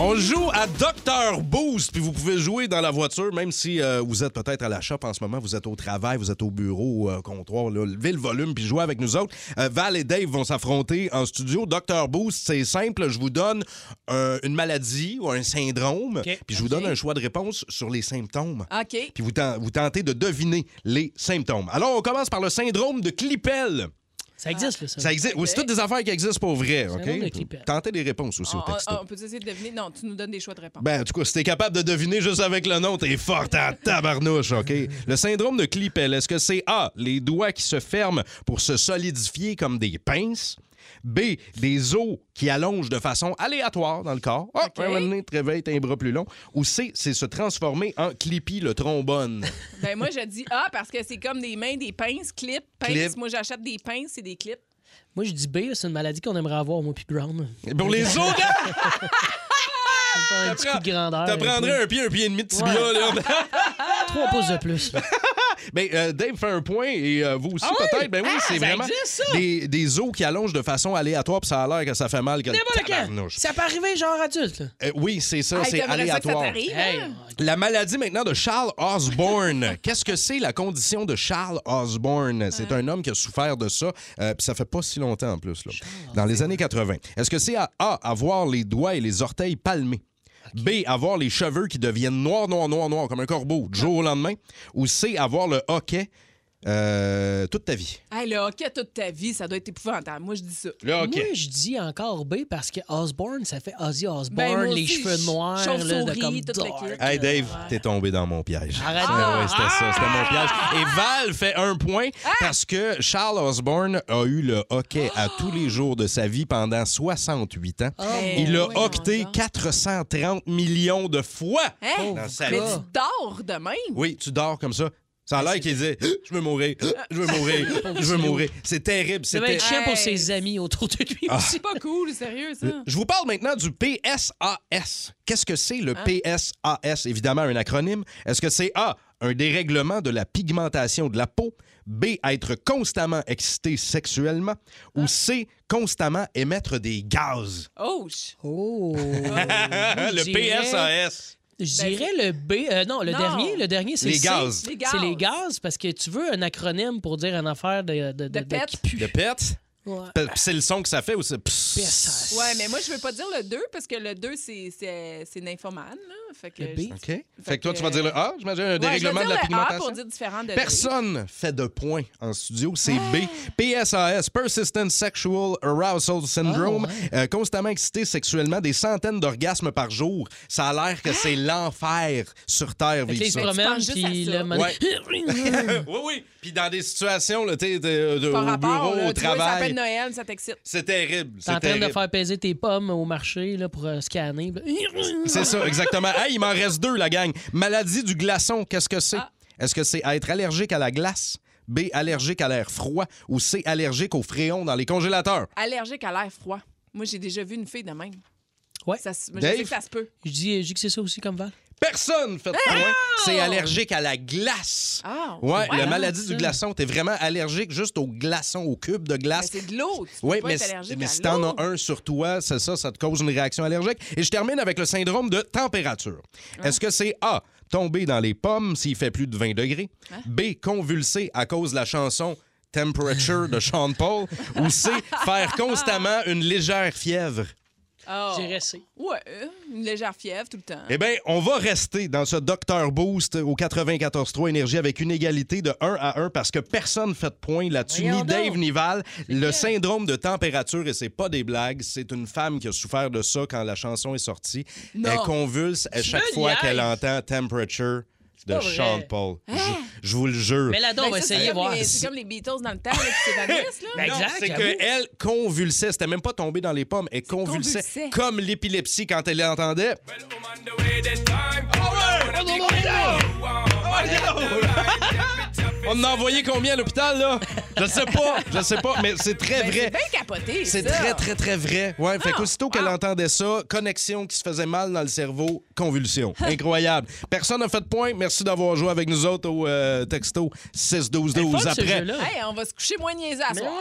On joue à Docteur Boost, puis vous pouvez jouer dans la voiture, même si euh, vous êtes peut-être à la shop en ce moment, vous êtes au travail, vous êtes au bureau, euh, au comptoir, là, levez le volume, puis jouez avec nous autres. Euh, Val et Dave vont s'affronter en studio. Docteur Boost, c'est simple, je vous donne un- une maladie ou un syndrome, puis je vous donne un choix de réponse sur les symptômes. Ah. OK. Puis vous, ten- vous tentez de deviner les symptômes. Alors, on commence par le syndrome de Klippel. Ça existe, là, ça. Ça existe. Oui, c'est toutes des affaires qui existent pour vrai, Syndrome de OK? Klippel. Ah, Tentez des réponses aussi On, au texto. on- on peut essayer de deviner. Non, tu nous donnes des choix de réponse. Ben, en tout cas, si t'es capable de deviner juste avec le nom, t'es forte à tabarnouche, OK? Le syndrome de Klippel, est-ce que c'est A, les doigts qui se ferment pour se solidifier comme des pinces? B, des os qui allongent de façon aléatoire dans le corps. Ah, un moment donné, te réveilles, t'as un bras plus long. Ou C, c'est se transformer en Clippy, le trombone. Ben, moi, je dis ah parce que c'est comme des mains, des pinces, clips, pinces. Clip. Moi, j'achète des pinces et des clips. Moi, je dis B, c'est une maladie qu'on aimerait avoir, moi, puis Brown. Pour les os, gars! Un petit coup de grandeur. T'apprendrais un pied, un pied et demi de tibia, Ouais. là. Trois pouces de plus. Ben, euh, Dave fait un point et euh, vous aussi Ah oui? peut-être. Ben oui, Ah, c'est ça vraiment existe, ça? Des, des os qui allongent de façon aléatoire puis ça a l'air que ça fait mal. Que le N'importe quand. tabarnouche. Ça peut arriver genre adulte, là. Euh, oui, c'est ça, Hey, c'est t'aimerais ça que ça aléatoire. t'arrive, hein? La maladie maintenant de Charles Osborne. Qu'est-ce que c'est la condition de Charles Osborne? C'est un homme qui a souffert de ça, euh, puis ça fait pas si longtemps en plus, là. dans les années 80. Est-ce que c'est à A, avoir les doigts et les orteils palmés? B, avoir les cheveux qui deviennent noirs, noirs, noirs, noirs, comme un corbeau, du jour au lendemain? Ou C, avoir le hockey euh, toute ta vie? Hé, Hey, le hockey toute ta vie, ça doit être épouvantable. Moi, je dis ça. Moi, je dis encore B parce que Osborne, ça fait Ozzy Osbourne, Ben, moi les aussi, cheveux ch- noirs, là, de chauve-souris, comme toute la dark. kit. Hey Dave, t'es tombé dans mon piège. Arrête. Ouais, ouais, c'était ça, c'était mon piège. Et Val fait un point parce que Charles Osborne a eu le hockey à tous les jours de sa vie pendant 68 Oh ans. ben Il a octé 430 millions de fois Hein? dans sa Mais vie. tu dors de même. Oui, tu dors comme ça. Ça a l'air qu'il dit Je veux mourir, je veux mourir, je veux mourir. C'est terrible. Ça va C'était être chiant pour ses amis autour de lui Ah. aussi. C'est pas cool, sérieux, ça. Euh, Je vous parle maintenant du PSAS. Qu'est-ce que c'est le Ah. PSAS? Évidemment, un acronyme. Est-ce que c'est A, un dérèglement de la pigmentation de la peau? B, être constamment excité sexuellement? Ou Ah. C, constamment émettre des gaz? Oh! Oh! Ah, le PSAS. Je dirais le B. euh, non, le Ben, Non. dernier, le dernier, c'est Les C. gaz. Les C'est les gaz parce que tu veux un acronyme pour dire une affaire de, ben, de, de- de- pète. qui pue. De pète? Ouais. P- E C'est le son que ça fait ou c'est pss? Ouais, mais moi, je veux pas dire le 2 parce que le 2, c'est c'est- c'est nymphomane. Là. Fait que Le B. OK. Fait, que toi, que- tu vas dire le A, j'imagine, un Ouais, dérèglement je de veux la dire le A pigmentation. pour dire différent de Personne fait de points en studio, c'est B. Ah! PSAS, Persistent Sexual Arousal Syndrome, Ah, Euh, constamment excité sexuellement, des centaines d'orgasmes par jour. Ça a l'air que c'est l'enfer sur Terre. Fait vivre que là, il se ça. Ben, promène, puis le man- Ouais. oui, oui. Puis dans des situations, là, t'es, t'es- t'es Par au rapport, bureau, là, au tu vois, ça fait travail. Noël, ça t'excite. C'est terrible. T'es en C'est train de terrible. faire peser tes pommes au marché là, pour euh, scanner. C'est ça, exactement. Hey, il m'en reste deux, la gang. Maladie du glaçon, qu'est-ce que c'est? Ah. Est-ce que c'est être allergique à la glace? B, allergique à l'air froid? Ou C, allergique aux fréons dans les congélateurs? Allergique à l'air froid. Moi, j'ai déjà vu une fille de même. Ouais. Ça, se- je Dave? sais que ça se peut. Je dis, je dis que c'est ça aussi comme Val. Oh. Personne fait de point. C'est allergique à la glace. Ah! Ouais, la maladie ça. du glaçon, t'es vraiment allergique juste au glaçon, au cube de glace. Mais c'est de l'eau. Tu peux Oui, pas mais, être si- allergique mais à si t'en l'eau. as un sur toi, c'est ça, ça te cause une réaction allergique. Et je termine avec le syndrome de température. Ah. Est-ce que c'est A, tomber dans les pommes s'il fait plus de 20 degrés? Ah. B, convulser à cause de la chanson Temperature de Sean Paul? ou C, faire constamment une légère fièvre? Ah. J'ai resté. Ouais, euh, une légère fièvre tout le temps. Eh bien, on va rester dans ce Docteur Boost au 94.3 Énergie avec une égalité de 1 à 1 parce que personne ne fait de point là-dessus, ni Voyons donc. Dave ni Val. Le syndrome de température, et c'est pas des blagues, c'est une femme qui a souffert de ça quand la chanson est sortie. Non. Elle convulse à Tu chaque me fois niaises. qu'elle entend Temperature de pas vrai. Hein? Sean Paul. Je- Je, vous le jure. Mais là-dedans, on Ben, va ça, c'est essayer comme voir. Ben, les- C'est comme les Beatles dans le temps là, qui s'évanouissent. là. Non, c'est qu'elle convulsait. C'était même pas tombé dans les pommes. Elle convulsait, convulsait. comme l'épilepsie quand elle l'entendait. On en a envoyé combien à l'hôpital, là? Je sais pas, je sais pas, mais c'est très Ben, vrai. C'est bien capoté. C'est ça. très, très, très vrai. Ouais, fait Ah, qu'aussitôt qu'elle wow. entendait ça, connexion qui se faisait mal dans le cerveau, convulsion. Incroyable. Personne n'a fait de point. Merci d'avoir joué avec nous autres au euh, texto 6-12-12 Fun, ce après. jeu-là. Hey, on va se coucher moins niaisé à soir.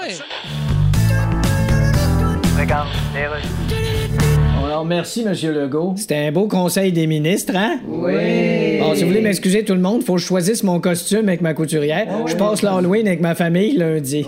Alors, merci, Monsieur Legault. C'était un beau conseil des ministres, hein? Oui. Bon, si vous voulez m'excuser, tout le monde, faut que je choisisse mon costume avec ma couturière. je passe l'Halloween avec ma famille lundi.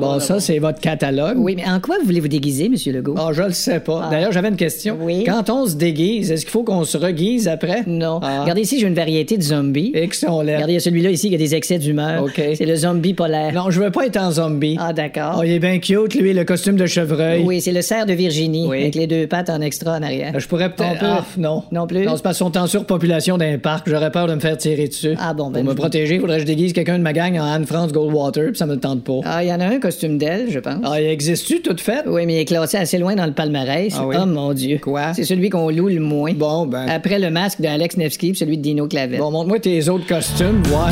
bon, Ah ça, c'est votre catalogue. Oui, mais en quoi voulez-vous déguiser, Monsieur Legault? Ah, je le sais pas. D'ailleurs, j'avais une question. Quand on se déguise, est-ce qu'il faut qu'on se reguise après? Ah. Non. Regardez ici, j'ai une variété de zombies. Et qui sont laids. Regardez, il y a celui-là ici qui a des excès d'humeur. OK. C'est le zombie polaire. Non, je veux pas être un zombie. Ah, d'accord. Oh, il est bien cute, lui, le costume de chevreuil. Oui, c'est le cerf de Virginie, Oui. Ben, avec les deux pattes en extra en arrière. Je pourrais peut-être. On peut- Ah, non. Non plus. Non, c'est parce qu'on est en surpopulation d'un parc. J'aurais peur de me faire tirer dessus. Ah bon, ben. Pour me je- protéger, faudrait que je déguise quelqu'un de ma gang en Anne-France Goldwater, puis ça me le tente pas. Ah, il y en a un costume d'elle, je pense. Ah, il existe-tu, toute faite? Oui, mais il est classé assez loin dans le palmarès. Ah oui? Oh mon Dieu. Quoi? C'est celui qu'on loue le moins. Bon, ben. Après le masque d'Alex Nevsky puis celui de Dino Clavel. Bon, montre-moi tes autres costumes, voir.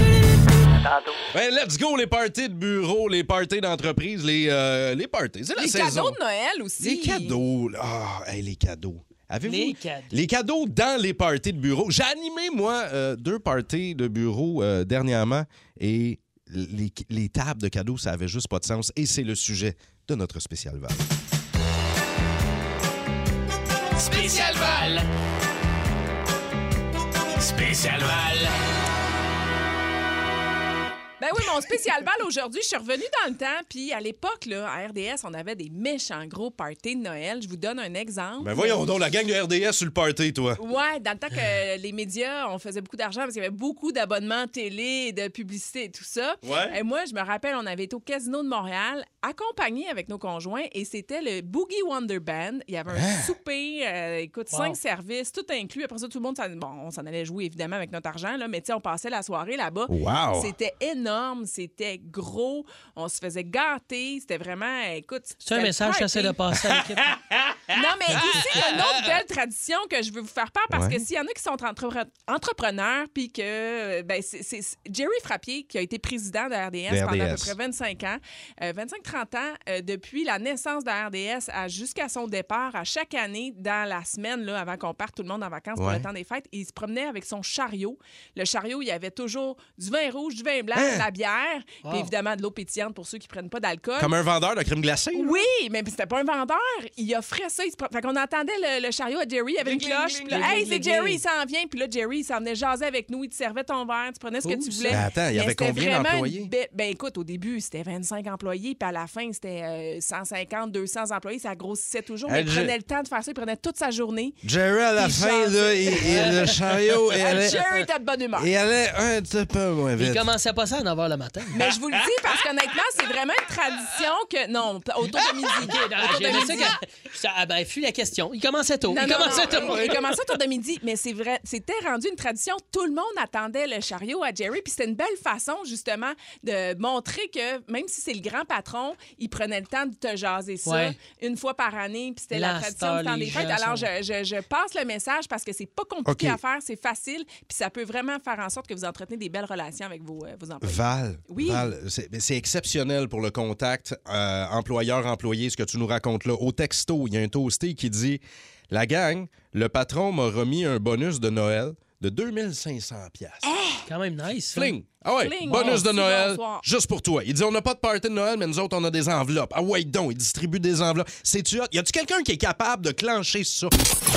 Ben, let's go, les parties de bureau, les parties d'entreprise, les, euh, les parties. C'est la Les saison. cadeaux de Noël aussi. Les cadeaux. là. Ah, hey, les cadeaux. Avez-vous Les cadeaux. les cadeaux dans les parties de bureau? J'ai animé, moi, euh, deux parties de bureau euh, dernièrement et les, les tables de cadeaux, ça avait juste pas de sens. Et c'est le sujet de notre spécial Val. Spécial Val. Spécial Val. Ben oui, mon spécial bal aujourd'hui, je suis revenue dans le temps. Puis à l'époque, là, à RDS, on avait des méchants gros parties de Noël. Je vous donne un exemple. Ben voyons donc, la gang de RDS sur le party, toi. Ouais, dans le temps que les médias, on faisait beaucoup d'argent parce qu'il y avait beaucoup d'abonnements télé, et de publicité et tout ça. Ouais. Et moi, je me rappelle, on avait été au Casino de Montréal, accompagnés avec nos conjoints, et c'était le Boogie Wonder Band. Il y avait un souper, euh, écoute, Wow. cinq services, tout inclus. Après ça, tout le monde, s'en- bon, on s'en allait jouer évidemment avec notre argent, là, mais tu sais, on passait la soirée là-bas. Wow. C'était énorme, c'était gros, on se faisait gâter, c'était vraiment, écoute... C'est c'était un le message que party. j'essaie de passer à l'équipe. Non, mais ici, il y a une autre belle tradition que je veux vous faire part parce Ouais. que s'il y en a qui sont entrepre- entrepreneurs, puis que euh, ben, c'est c'est- c'est Jerry Frappier, qui a été président de RDS, De pendant à peu RDS. près 25 ans, euh, 25-30 ans, euh, depuis la naissance de RDS à- jusqu'à son départ, à chaque année, dans la semaine, là, avant qu'on parte tout le monde en vacances pour Ouais. le temps des fêtes, il se promenait avec son chariot. Le chariot, il y avait toujours du vin rouge, du vin blanc, de la bière, Wow. puis évidemment de l'eau pétillante pour ceux qui prennent pas d'alcool. Comme un vendeur de crème glacée. là. Oui, mais c'était pas un vendeur. Il offrait ça. Il se... pro- Fait qu'on entendait le, le chariot à Jerry avec une Gling, gling, cloche. gling, puis là, gling, hey, gling, c'est gling, Jerry, gling. il s'en vient. Puis là, Jerry, il s'en venait jaser avec nous. Il te servait ton verre. Tu prenais ce que Cool, tu ça. voulais. Ben attends, il y Mais avait c'était combien vraiment une d'employés? be- Ben écoute, au début, c'était 25 employés. Puis à la fin, c'était euh, 150, 200 employés. Ça grossissait toujours. Mais Ah, il je- prenait le temps de faire ça. Il prenait toute sa journée. Jerry, à la Puis fin, là, il- il- le chariot, il Ah, allait- Jerry était de bonne humeur. Et allait un petit peu moins Il vite. commençait pas ça à 9 h le matin. Mais je vous le dis parce qu'honnêtement, c'est vraiment une tradition que. Non, autour de midi. Autour de Ah, J'ai aimé ça midi. que- ça- ah, ben, fut la question. Il commençait tôt. Non, il non, commençait non, tôt. il- il commençait autour de midi, mais c'est vrai, c'était rendu une tradition. Tout le monde attendait le chariot à Jerry, puis c'était une belle façon justement de montrer que même si c'est le grand patron, il prenait le temps de te jaser ça Ouais. une fois par année, puis c'était Là, la à tradition cette du temps heure, des les fêtes. gens Alors sont- je, je- je passe le message parce que c'est pas compliqué OK. à faire, c'est facile, puis ça peut vraiment faire en sorte que vous entretenez des belles relations avec vos, euh, vos employés. Val, Oui. Val, c'est mais c'est exceptionnel pour le contact euh, employeur-employé, ce que tu nous racontes là. Au texto, il y a un toasté qui dit « La gang, le patron m'a remis un bonus de Noël de 2500 pièces. Quand même nice. ça. Fling! Ah ouais, Hein? Fling. bonus de Merci, Noël, bonsoir. juste pour toi. Il dit, on n'a pas de party de Noël, mais nous autres, on a des enveloppes. Ah ouais, donc, il distribue des enveloppes. C'est-tu hot? Y a-tu quelqu'un qui est capable de clencher ça?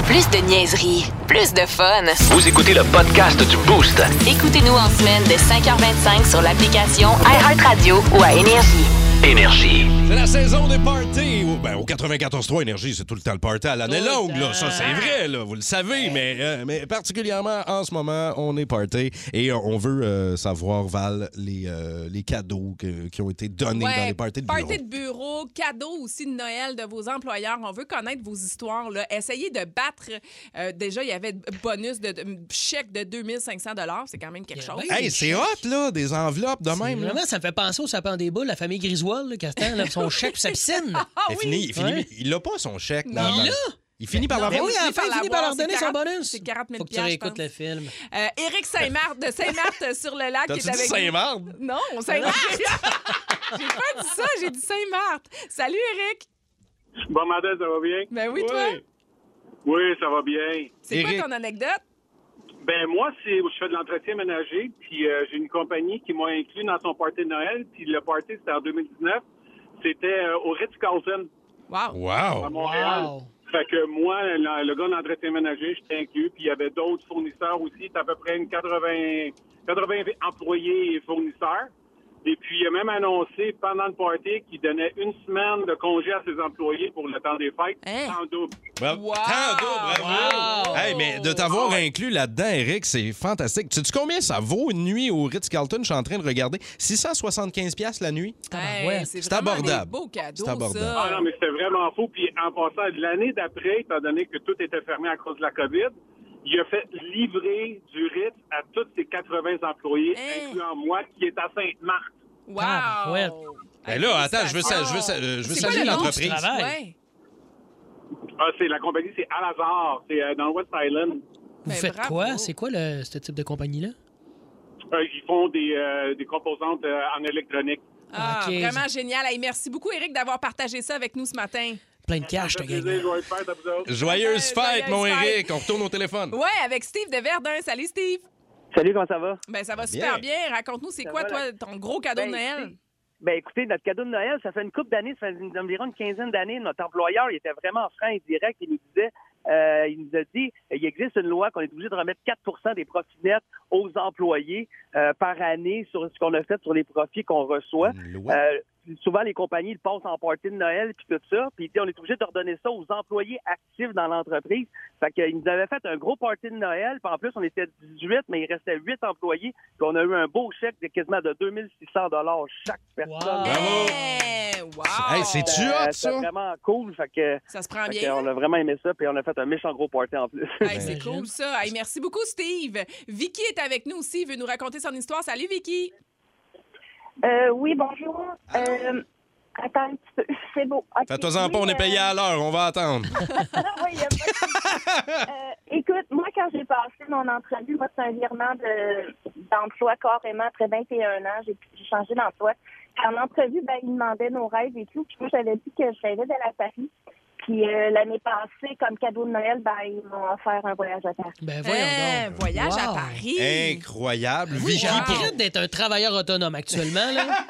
Plus de niaiserie, plus de fun. Vous écoutez le podcast du Boost. Écoutez-nous en semaine de 5h25 sur l'application iHeartRadio ou à Énergie. Énergie. C'est la saison des parties. Au- ben, au 94.3 Énergie, c'est tout le temps le party à l'année Tout le longue. Là. temps. Ça, c'est vrai, là, vous le savez. Mais, euh, mais particulièrement en ce moment, on est party et euh, on veut euh, savoir, Val, les, euh, les cadeaux que- qui ont été donnés Ouais, dans les parties de bureau. party bureau, cadeaux aussi de Noël de vos employeurs. On veut connaître vos histoires. Là. Essayez de battre. euh, déjà, il y avait bonus de, de- chèque de 2500 C'est quand même quelque chose. Hey, c'est hot, là, des enveloppes de Ah, même. là. Vraiment, ça me fait penser au sapin des boules, la famille Griswold, là, Castan, là, son chèque, puis sa piscine. Ben il, finit, il, finit- il a pas son chèque. dans- Ah Il dans- l'a? Il finit ah, par Non, l'avoir. mais oui, à la fin, il finit par leur c'est donner son 40 bonus. C'est 40 000 Faut que tu réécoutes je le film. pense. Euh, Éric Saint-Marthe de Saint-Marthe sur le lac qui T'as-tu est dit avec nous. Saint-Marthe? Non, Saint-Marthe. j'ai pas dit ça, j'ai dit Saint-Marthe. Salut Éric. Bon matin, ça va bien? Ben oui, toi? Oui, ça va bien. C'est quoi ton anecdote? Ben moi, c'est je fais de l'entretien ménager, puis euh, j'ai une compagnie qui m'a inclus dans son party de Noël, puis le party, c'était en 2019, c'était euh, au Ritz-Carlton. Wow! Wow. À Montréal. Fait que moi, la- le gars d'entretien ménager, j'étais inclus, puis il y avait d'autres fournisseurs aussi, c'était à peu près une 80, 80 employés et fournisseurs. Et puis, il a même annoncé pendant le party qu'il donnait une semaine de congé à ses employés pour le temps des fêtes, en double. Bravo. Tant d'eau, bravo. Hey, mais de t'avoir inclus là-dedans, Eric, c'est fantastique. Tu sais combien ça vaut une nuit au Ritz-Carlton? Je suis en train de regarder. 675 pièces la nuit. Hey, c'est C'est vraiment abordable. des beaux cadeaux, C'est abordable. ça. Ah non, mais c'était vraiment fou. Puis en passant, l'année d'après, étant donné que tout était fermé à cause de la COVID, il a fait livrer du Ritz à tous ses 80 employés, incluant moi, qui est à Sainte-Marthe. Hein? Wow! Ben là, attends, je veux, sa- je veux, sa- je veux C'est quoi saluer le nom du l'entreprise. travail? Ouais. Ah, c'est la compagnie, c'est Al Azar, c'est euh, dans le West Island. Vous faites quoi? C'est quoi le, ce type de compagnie-là? Euh, ils font des, euh, des composantes euh, en électronique. Ah, Ok. vraiment génial. Hey, merci beaucoup, Eric, d'avoir partagé ça avec nous ce matin. Plein de cash, le gars. Ben, Joyeuse fête, joyeuse mon fête. Eric. On retourne au téléphone. Ouais, avec Steve de Verdun. Salut, Steve. Salut, comment ça va? Ben, ça va super bien. Raconte-nous, c'est Ça quoi, va, toi, la- ton gros cadeau Ben, de Noël? écoutez- Ben, écoutez, notre cadeau de Noël, ça fait une couple d'années, ça fait une- environ une quinzaine d'années, notre employeur, il était vraiment franc et direct. Il nous disait, euh, il nous a dit il existe une loi qu'on est obligé de remettre 4 des profits nets aux employés euh, par année sur ce qu'on a fait sur les profits qu'on reçoit. Euh, souvent, les compagnies le passent en party de Noël puis tout ça. Puis, tu sais, on est obligé de redonner ça aux employés actifs dans l'entreprise. Fait qu'ils nous avaient fait un gros party de Noël. Puis, en plus, on était 18, mais il restait 8 employés. Puis, on a eu un beau chèque de quasiment de 2600 chaque personne. Hey, c'est-tu Euh, hot, c'était ça? vraiment cool. Fait que, Eh, Ça se prend fait bien, que là. On a vraiment aimé ça, puis on a fait un méchant gros party en plus. Hey, c'est cool ça. Hey, merci beaucoup, Steve. Vicky est avec nous aussi, veut nous raconter son histoire. Salut, Vicky. Euh, oui, bonjour. Euh, attends un petit peu. C'est beau. Ok. Fais-toi-en pas, Oui, on est payé à l'heure, on va attendre. Euh, écoute, moi, quand j'ai passé mon entrevue, moi, c'est un virement de- d'emploi carrément. Après 21 ans, j'ai j'ai changé d'emploi. En entrevue, ben, ils demandaient nos rêves et tout. Puis moi, j'avais dit que je rêvais de la Paris. Puis euh, l'année passée, comme cadeau de Noël, ben, ils m'ont offert un voyage à Paris. Ben voyons donc. Euh, voyage à Wow. Paris. Ben Incroyable. Oui, Vicky, j'ai pour- regret d'être un travailleur autonome actuellement. là.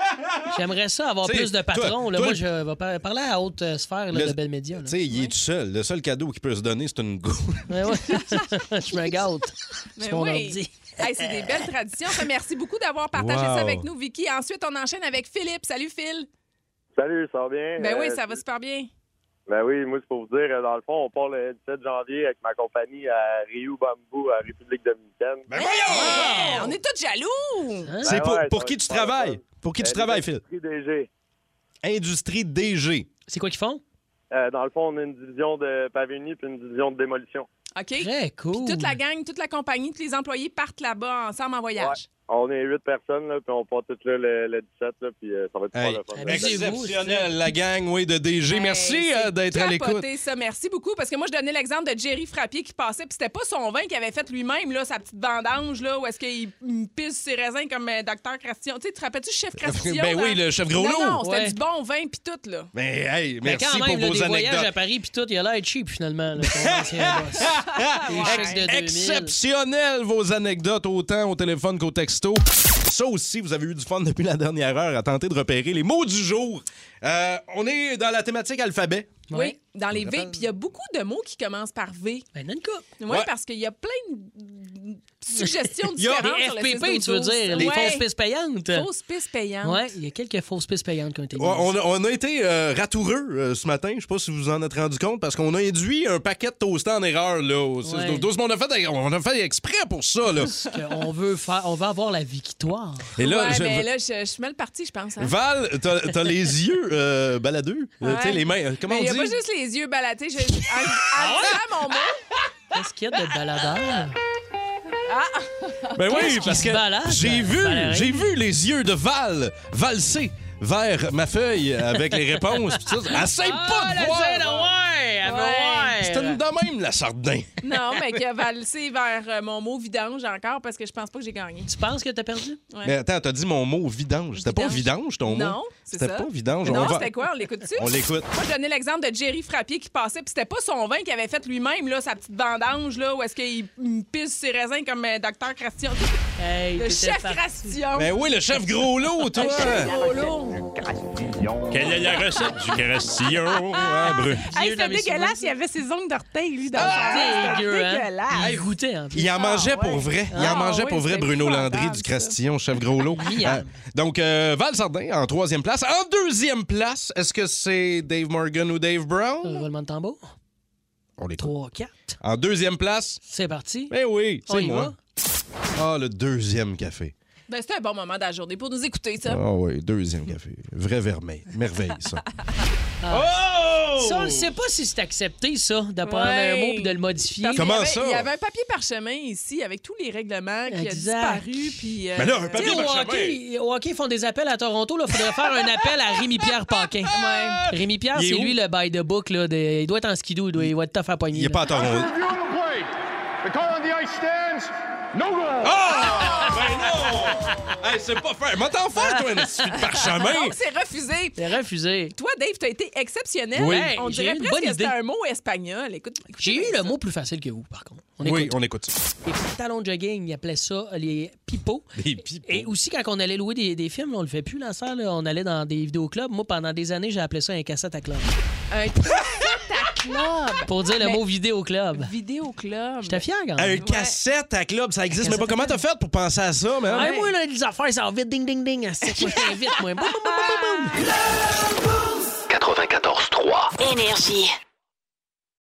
J'aimerais ça avoir T'sais, plus de patrons. toi- là. toi, Moi, le- je vais par- parler à haute euh, sphère là, Le- de belles médias. Tu sais, il est tout seul. Le seul cadeau qu'il peut se donner, c'est une goule. Ben je me gâte. Mais C'est mon Ben oui. ordi. Hey, c'est des belles traditions. Ça, Merci beaucoup d'avoir partagé ça Wow. avec nous, Vicky. Ensuite, on enchaîne avec Philippe. Salut, Phil. Salut, ça va bien? Ben oui, Euh, ça va super bien. Ben oui, moi, c'est pour vous dire, euh, dans le fond, on part le 17 janvier avec ma compagnie à Rio Bambou, à République Dominicaine. Ben Hey, on est tous jaloux. hein? C'est pour, pour qui tu travailles? Pour qui tu travailles, Phil? Industrie DG. Industrie DG. C'est quoi qu'ils font? Euh, dans le fond, on a une division de Pavini puis une division de démolition. OK? Très cool. toute la gang, toute la compagnie, tous les employés partent là-bas ensemble en voyage. On est huit personnes, là, puis on part toutes là le, le 17, là, puis euh, ça va être Hey, super le fun. exceptionnel, la gang oui, de DG. Merci euh, d'être à l'écoute. Capoté, ça, merci beaucoup. Parce que moi, je donnais l'exemple de Jerry Frappier qui passait, puis c'était pas son vin qu'il avait fait lui-même, là, sa petite vendange, là, où est-ce qu'il il pisse ses raisins comme euh, Docteur Cration. Tu sais, te rappelles-tu, chef Cration? Ben oui, le chef Gros Non, Lot. non, c'était Ouais. du bon vin, puis tout, là. Mais hey, Mais merci quand même, pour là, vos des voyages à anecdotes. Paris, puis tout, il a l'air cheap finalement. là, son ancien boss. Des chèques de 2000. Exceptionnel vos anecdotes, autant au téléphone qu'au texto. Ça aussi, vous avez eu du fun depuis la dernière heure à tenter de repérer les mots du jour. Euh, on est dans la thématique alphabet. Oui, dans les V. Rappelle- Puis il y a beaucoup de mots qui commencent par V. Ben, une coupe. Oui, Ouais. parce qu'il y a plein de suggestions Il y a différentes. des sur le FPP, 6-12-12. tu veux dire, les Ouais. fausses pistes payantes. Fausses pistes payantes. Oui, il y a quelques fausses pistes payantes qui ont été Ouais, On a, on a été euh, ratoureux euh, ce matin. Je sais pas si vous en êtes rendu compte parce qu'on a induit un paquet de toastants en erreur là. au 6-12-12. Ouais. Tout ce qu'on a fait, on a fait exprès pour ça là. Parce qu'on veut faire, on veut avoir la victoire. Et là, Ouais, je- mais là, je, je suis mal partie, je pense. hein. Val, t'as t'as les yeux euh, baladeux, Euh, Ouais. tu sais les mains. euh, Comment Mais on Ben, Il y a pas dit juste les yeux baladés. Je... En, en Ah disant mon mot. Qu'est-ce qu'il y a de baladeur? Ah! Ben Qu'est-ce oui, qui parce se que balade, Ben, j'ai vu, Valérie? j'ai vu les yeux de Val valser vers ma feuille avec les réponses. pis tout ça. Elle sait Ah, pas de voir. C'est une de même la sardin. Non, mais qui a valsé vers euh, mon mot vidange encore parce que je pense pas que j'ai gagné. Tu penses que t'as perdu? Mais attends, t'as dit mon mot vidange. C'était pas vidange ton mot. Non, c'est ça. C'était pas vidange. Non, on va- c'était quoi? On l'écoute-tu? On l'écoute. Moi, je donnais l'exemple de Jerry Frappier qui passait, puis c'était pas son vin qu'il avait fait lui-même, là, sa petite vendange, là, où est-ce qu'il mm, pisse ses raisins comme euh, Dr. Cration. le t'étais chef parti. Cration. Ben oui, le chef gros lot, toi. Le chef gros lot. Quelle est la recette du hein, carastillon à brun? Hey, c'était dégueulasse, il avait ses ongles d'orteil, lui, dans Ah! le Dégueu, C'était hein? dégueulasse. Il goûtait, en plus. Il en mangeait pour vrai. Il en Ah, mangeait oui, pour vrai, c'était Bruno épouvantable, Landry du Crastillon, chef gros lot. Miam. Euh, donc, euh, Val Sardin en troisième place. En deuxième place, est-ce que c'est Dave Morgan ou Dave Brown? Euh, Roulement de tambour. On l'écoute. 3, 4. En deuxième place. C'est parti. Ben oui, On c'est y moi. Ah, le deuxième café. Ben, c'était un bon moment de la journée pour nous écouter, ça. Ah oui, deuxième café. Vrai vermeil. Merveille, ça. Ah. Ça, on ne sait pas si c'est accepté, ça, de prendre Oh! Ouais. un mot et de le modifier. Parce qu'il y avait- Il y avait un papier parchemin ici avec tous les règlements qui a Exact. disparu. Puis, euh, Mais là, un papier Tu sais, au parchemin. hockey, au hockey, ils font des appels à Toronto. Il faudrait faire un appel à Rémi-Pierre Paquin. Rémi-Pierre, Il est c'est où? lui le by de book. Là, de- il doit être en skidoo. Il doit, il doit être tough à poigner. Il est pas à Toronto. Review the play. The call on the ice stands. No goal. Ah! Ben non! Hey, c'est pas faire. Mais t'en faire, toi, une petite parchemin. Donc, Ben, c'est refusé. C'est refusé. Toi, Dave, t'as été exceptionnel. Oui. On Hey, Ben, j'ai eu dirait une presque bonne que c'était idée. un mot espagnol. Écoute, J'ai eu le mot plus facile que vous, par contre. On oui, écoute. on écoute ça. Les pantalons de jogging, ils appelaient ça les pipots. Des pipes. Et aussi, quand on allait louer des, des films, là, on le fait plus, dans la salle, là, on allait dans des vidéoclubs. Moi, pendant des années, j'ai appelé ça un cassette à club. un cassette à club. Pour dire le Mais- mot vidéo club. Vidéo club. J'étais fier quand Un même. cassette à club, ça existe. Mais pas comment t'as fait pour penser à ça, man? Ouais, moi, là, les affaires, ça va vite, ding, ding, ding. assim, asti, Moi, je t'invite, moi. Boum, boum, boum, boum, boum. 94.3. Énergie.